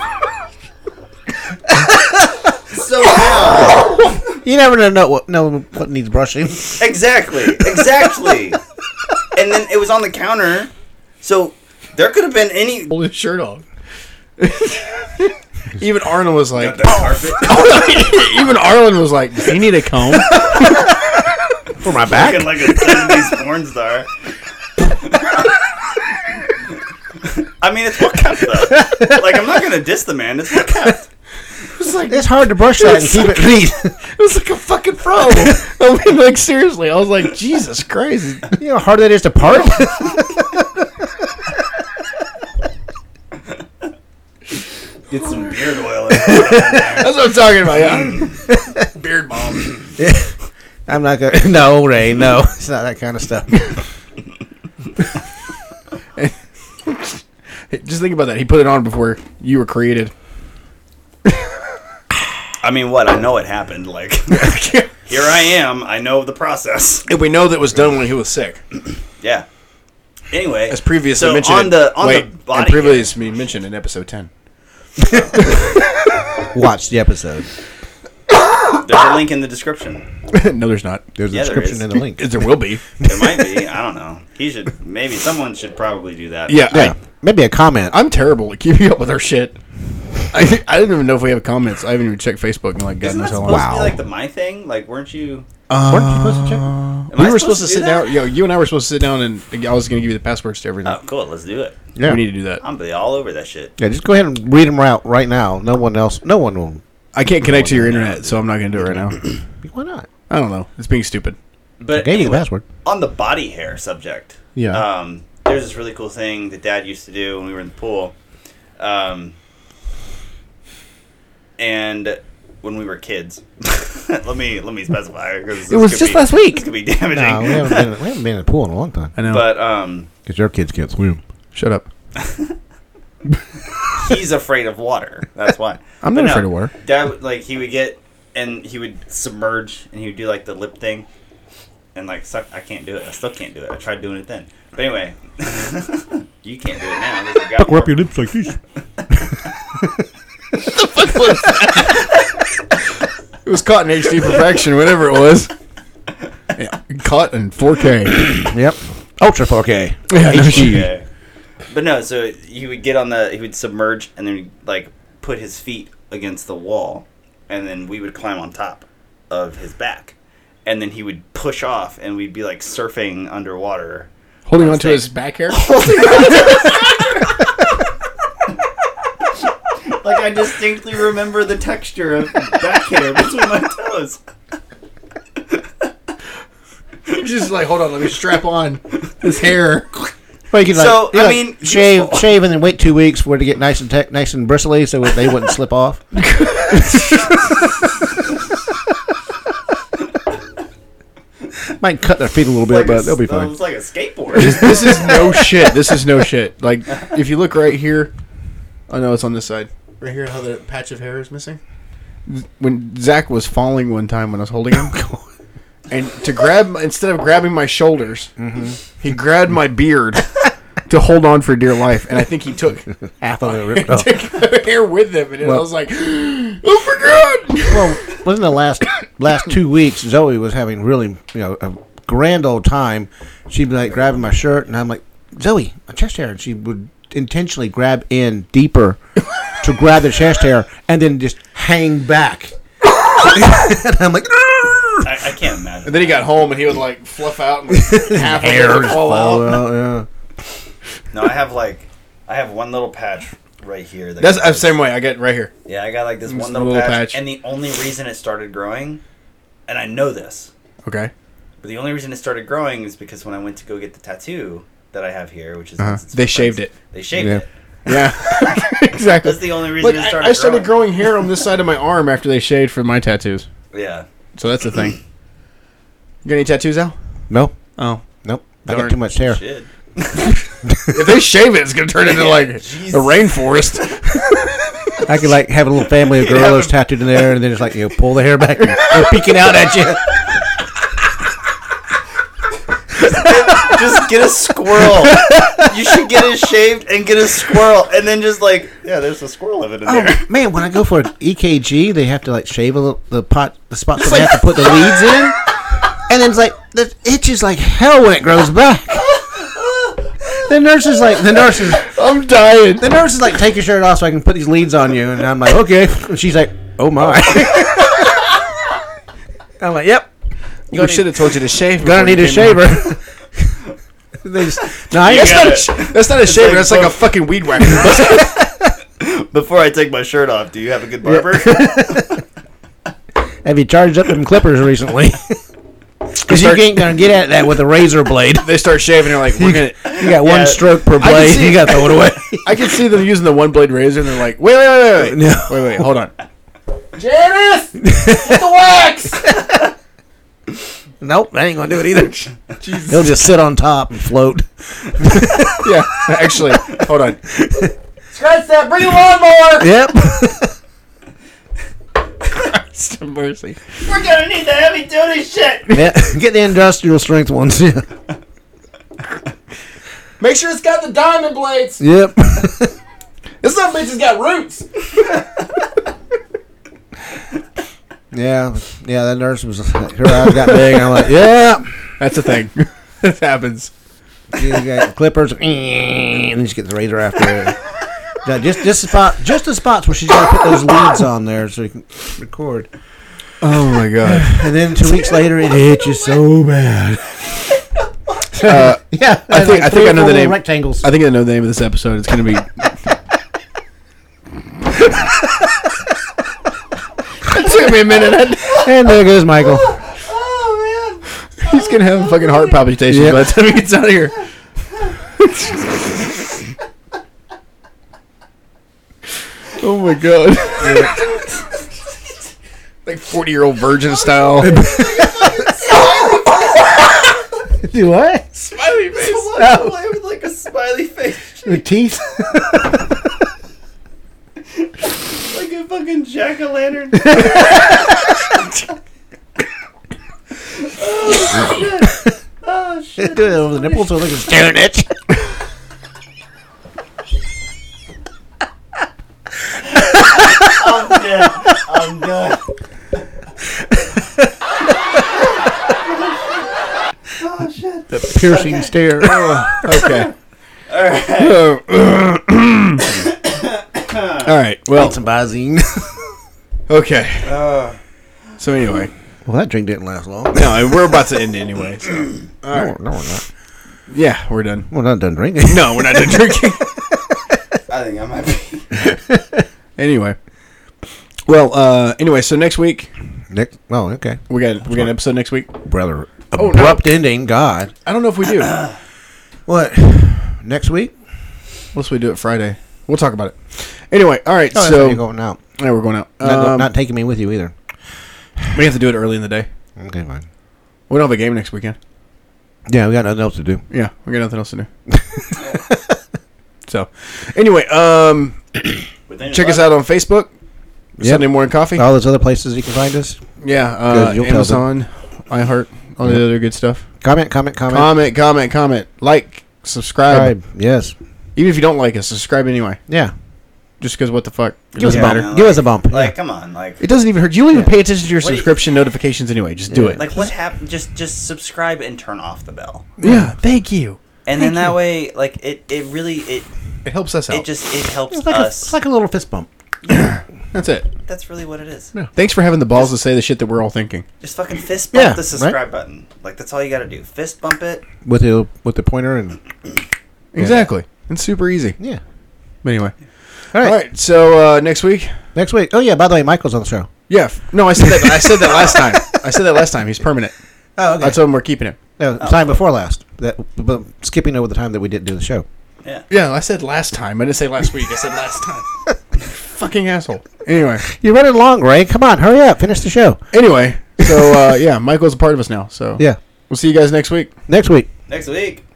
A: so now,
C: You never know what know what needs brushing.
A: exactly, exactly. and then it was on the counter, so there could have been any.
B: Pull his shirt off. Even Arnold was like,
A: carpet
B: even Arlen was like,
E: Do you need a comb?
C: For my back?
A: like a 70s porn star. I mean, it's what kept though. Like, I'm not gonna diss the man. It's what kept.
B: it's like,
C: It's hard to brush that and keep it clean.
B: it was like a fucking pro. I mean, like seriously, I was like, Jesus Christ.
C: You know how hard that is to part?
A: Get some beard oil. In there.
B: That's what I'm talking about. Yeah, beard bomb.
C: I'm not gonna. No, Ray, no. It's not that kind of stuff.
B: Just think about that. He put it on before you were created.
A: I mean, what? I know it happened. Like, here I am. I know the process.
B: And we know that was done when he was sick,
A: Yeah. Anyway,
B: as previously
A: so
B: mentioned.
A: on the on
B: wait,
A: the body.
B: and previously mentioned in episode ten.
C: Watch the episode.
A: hair, there's a link in the description.
B: no, there's not.
C: There's a
A: Yeah, there
C: description
A: is.
C: and a link.
B: There will be.
A: There might be. I don't know. He should. Maybe someone should probably do that.
B: Yeah,
C: Yeah, maybe a comment.
B: I, am terrible at keeping up with our shit. I, I don't even know if we have comments. I haven't even checked Facebook in like God
A: Isn't that
B: knows how
A: supposed
B: long.
A: to be like the my thing? Like, weren't you?
B: Weren't you
C: supposed to check?
A: Am
B: we
A: I
B: were supposed to
A: do
B: sit
A: that?
B: down. Yo, you and I were supposed to sit down, and I was going to give you the passwords to everything.
A: Oh, cool. Let's do it.
C: Yeah.
B: We need to do that.
A: I'm be all over that shit.
C: yeah, just go ahead and read them out right now. No one else. No one will.
B: I can't connect to your internet, so I'm not going to do it right now.
C: Why not?
B: I don't know. It's being stupid.
A: But
C: Gave you
A: anyway,
C: the password.
A: on the body hair subject,
B: Yeah.
A: um, there's this really cool thing that Dad used to do when we were in the pool, um, and when we were kids. let me let me specify. 'cause this
E: It was
A: could
E: just
A: be-
E: last week.
A: This could be damaging.
C: No, we haven't, been, we haven't been in the pool in a long time.
B: I know.
A: but um,
C: Because your kids can't swim.
B: Shut up.
A: he's afraid of water. That's why.
B: I'm
A: But
B: not afraid of water.
A: Dad, would- like he would get and he would submerge and he would do like the lip thing, and like suck. I can't do it. I still can't do it. I tried doing it then. But anyway, you can't do it now. This is God-
C: lips like this.
B: It was caught in HD perfection, whatever it was. Yeah, caught in 4K.
C: Yep. Ultra 4K.
B: yeah, no shit.
A: Okay. But no, so he would get on the he would submerge and then he'd, like put his feet against the wall, and then we would climb on top of his back, and then he would push off and we'd be like surfing underwater.
B: Holding on to his back hair.
A: Like I distinctly remember the texture of back hair between my toes.
B: Just like, hold on, let me strap on his hair.
C: Well, you could like,
A: So,
C: you
A: I
C: like,
A: mean, you-
C: shave, shave, and then wait two weeks for it to get nice and tech, nice and bristly, so that they wouldn't slip off. Might cut their feet a little bit, but they'll be fine.
A: It's like a skateboard.
B: This is no shit. This is no shit. Like, if you look right here, oh no, it's on this side. Right here, how the patch of hair is missing. When Zach was falling one time when I was holding him, and to grab instead of grabbing my shoulders, he grabbed my beard to hold on for dear life, and I think he took
C: Half of it ripped off.
B: took the hair with him, and I was like, oh my god.
C: Well, wasn't the last last two weeks Zoe was having really you know a grand old time. She'd be like grabbing my shirt, and I'm like, Zoe, my chest hair, and she would intentionally grab in deeper to grab the chest hair, and then just hang back. and I'm like, "Ah." "Arr!"
A: I, I can't imagine.
B: And then he got home, and he would like fluff out and like, half hair would fall
C: oh,
B: out.
C: well, yeah.
A: No, I have like, I have one little patch right here. That
B: That's the
A: goes-
B: same way. I get right here.
A: Yeah, I got like this
B: Just
A: one
B: a
A: little,
B: little
A: patch,
B: patch.
A: and the only reason it started growing, and I know this,
B: Okay.
A: but the only reason it started growing is because when I went to go get the tattoo that I have here, which is
B: Uh-huh.
A: it's-
B: They shaved it.
A: They shaved
C: Yeah.
A: it.
B: Yeah, exactly.
A: That's the only
B: Look,
A: reason it
B: I,
A: started.
B: I started growing hair on this side of my arm after they shaved for my tattoos.
A: Yeah.
B: So that's the thing. You got any tattoos, Al?
C: no,
B: Oh.
C: nope, I
B: Darn.
C: got too much hair.
A: Shit.
B: If they shave it, it's going to turn into like
A: Jesus.
B: the rainforest.
C: I could like have a little family of gorillas tattooed in there, and then just like you know, pull the hair back, and they're peeking out at you.
A: just get a squirrel. you should get it shaved and get a squirrel, and then just like yeah, there's a squirrel of it in there.
C: Oh man, when I go for an EKG, they have to like shave a little, the pot, the spots where they have to put the leads in, and then it's like the itch is like hell when it grows back. The nurse is like the nurse is
B: I'm dying.
C: the nurse is like take your shirt off so I can put these leads on you, and I'm like okay, and she's like oh my. I'm like yep,
B: We should have told you to shave.
C: gonna
B: before you
C: need a
B: came in.
C: shaver. They just- no, I
A: You
C: ain't-
A: got
B: That's not a, sh- that's not a shaver.
A: like
B: That's like a
A: both.
B: fucking weed whacker.
A: Before I take my shirt off, do you have a good barber?
C: have you charged up them clippers recently? Because you ain't gonna get at that with a razor blade.
B: they start shaving. They're like, we're gonna.
C: You got one
A: Yeah.
C: stroke per
B: can
C: blade.
B: see
C: You
B: it.
C: got to throw it away.
B: I can see them using the one blade razor, and they're like, wait, wait, wait, wait, wait,
C: No.
B: wait, wait, hold on.
C: Nope, I ain't gonna do it either. He'll just sit on top and float.
B: Yeah, actually, hold on.
C: Yep.
E: Mercy.
A: We're gonna need the heavy duty shit.
C: yeah. Get the industrial strength ones. Yeah.
B: Make sure it's got the diamond blades.
C: Yep.
B: This son bitch has got roots.
C: Yeah. Yeah. That nurse was her eyes got big. And I'm like, yeah.
B: That's a thing. it happens.
C: You got clippers, and just get the razor after it. Yeah, just just the spot, just the spots where she's got to put those leads on there so you can record.
B: Oh my god.
C: And then two weeks later, it itches so bad.
B: Uh,
C: Yeah,
B: I think- I think I know the name.
C: Rectangles.
B: I think I know the name of this episode. It's gonna be. it took me a minute.
C: And there goes Michael.
A: Oh,
B: He's gonna have a fucking heart palpitation
C: Yeah.
B: by the time he gets out of here. oh my god. like 40 year old virgin style.
C: Do what?
A: Smiley face. Someone play with like a smiley face,
C: Your teeth?
A: like a fucking jack o' lantern. oh shit!
C: Do it over the nipples so they can stare at it.
A: Oh shit! I'm dead. I'm done. oh shit!
C: Piercing stare.
B: okay. All right. All right. Well,
C: some Visine.
B: Uh, okay. So anyway,
C: Well, that drink didn't last long.
B: no, and we're about to end anyway. so-
C: No, no, we're not.
B: Yeah, we're done.
C: We're not done drinking.
B: No, we're not done drinking.
A: I think I might be.
B: anyway. Well, uh anyway, so next week
C: Nick. Oh, okay.
B: we got we got an episode next week.
C: Brother.
B: no.
C: Abrupt ending. God.
B: I don't know if we do.
C: What? Next week? Oh,
B: Unless we do it Friday. We'll talk about it. Anyway, all right.
C: Oh, so
B: so
C: you're going out.
B: yeah, we're going out.
C: Not, go-
B: Um,
C: not taking me with you either.
B: we have to do it early in the day.
C: Okay, fine.
B: We don't have a game next weekend.
C: Yeah, we got nothing else to do.
B: Yeah, we got nothing else to do. so, anyway, um, check us out on Facebook.
C: Yep.
B: Sunday morning coffee.
C: All those other places you can find us.
B: yeah, uh,
C: Good, you'll tell
B: Amazon, iHeart, all the other good stuff.
C: Comment, comment, comment.
B: Comment, comment, comment, like, subscribe.
C: Subscribe. Yes.
B: Even if you don't like us, subscribe anyway.
C: Yeah.
B: Just because what the fuck?
C: Give us
A: Yeah,
C: a bump.
A: man,
C: Give us a bump.
A: Like, come on, like.
B: It doesn't even hurt. You don't even pay attention to your
A: What do you-
B: subscription notifications anyway. Just do
C: Yeah.
B: it.
A: Like what happened? Just just subscribe and turn off the bell,
B: yeah, thank you.
A: and then that way, like it, it really it
B: It helps us out.
A: it just it helps
C: It's like, a,
A: us.
C: it's like a little fist bump.
B: That's it.
A: That's really what it is.
B: Thanks for having the balls to say the shit that we're all thinking.
A: Just fucking fist bump
C: Yeah,
A: the subscribe button. Like that's all you got to do. Fist bump it.
C: with the with the pointer and
B: Exactly. It's super easy.
C: yeah.
B: But anyway.
C: All right.
B: All right. So uh, next week.
C: Next week. Oh yeah. By the way, Michael's on the show.
B: Yeah. f- No, I said that. I said that last time. I said that last time. He's permanent.
C: Oh okay. Oh.
B: I told him we're keeping him.
C: no, the uh, time before last. That but skipping over the time that we didn't do the show.
A: Yeah.
B: Yeah, I said last time. I didn't say last week. I said last time. Fucking asshole. Anyway.
C: You're running long, Ray. Come on, hurry up. Finish the show.
B: Anyway. So uh, yeah, Michael's a part of us now. So
C: Yeah.
B: we'll see you guys next week.
C: Next week.
A: Next week.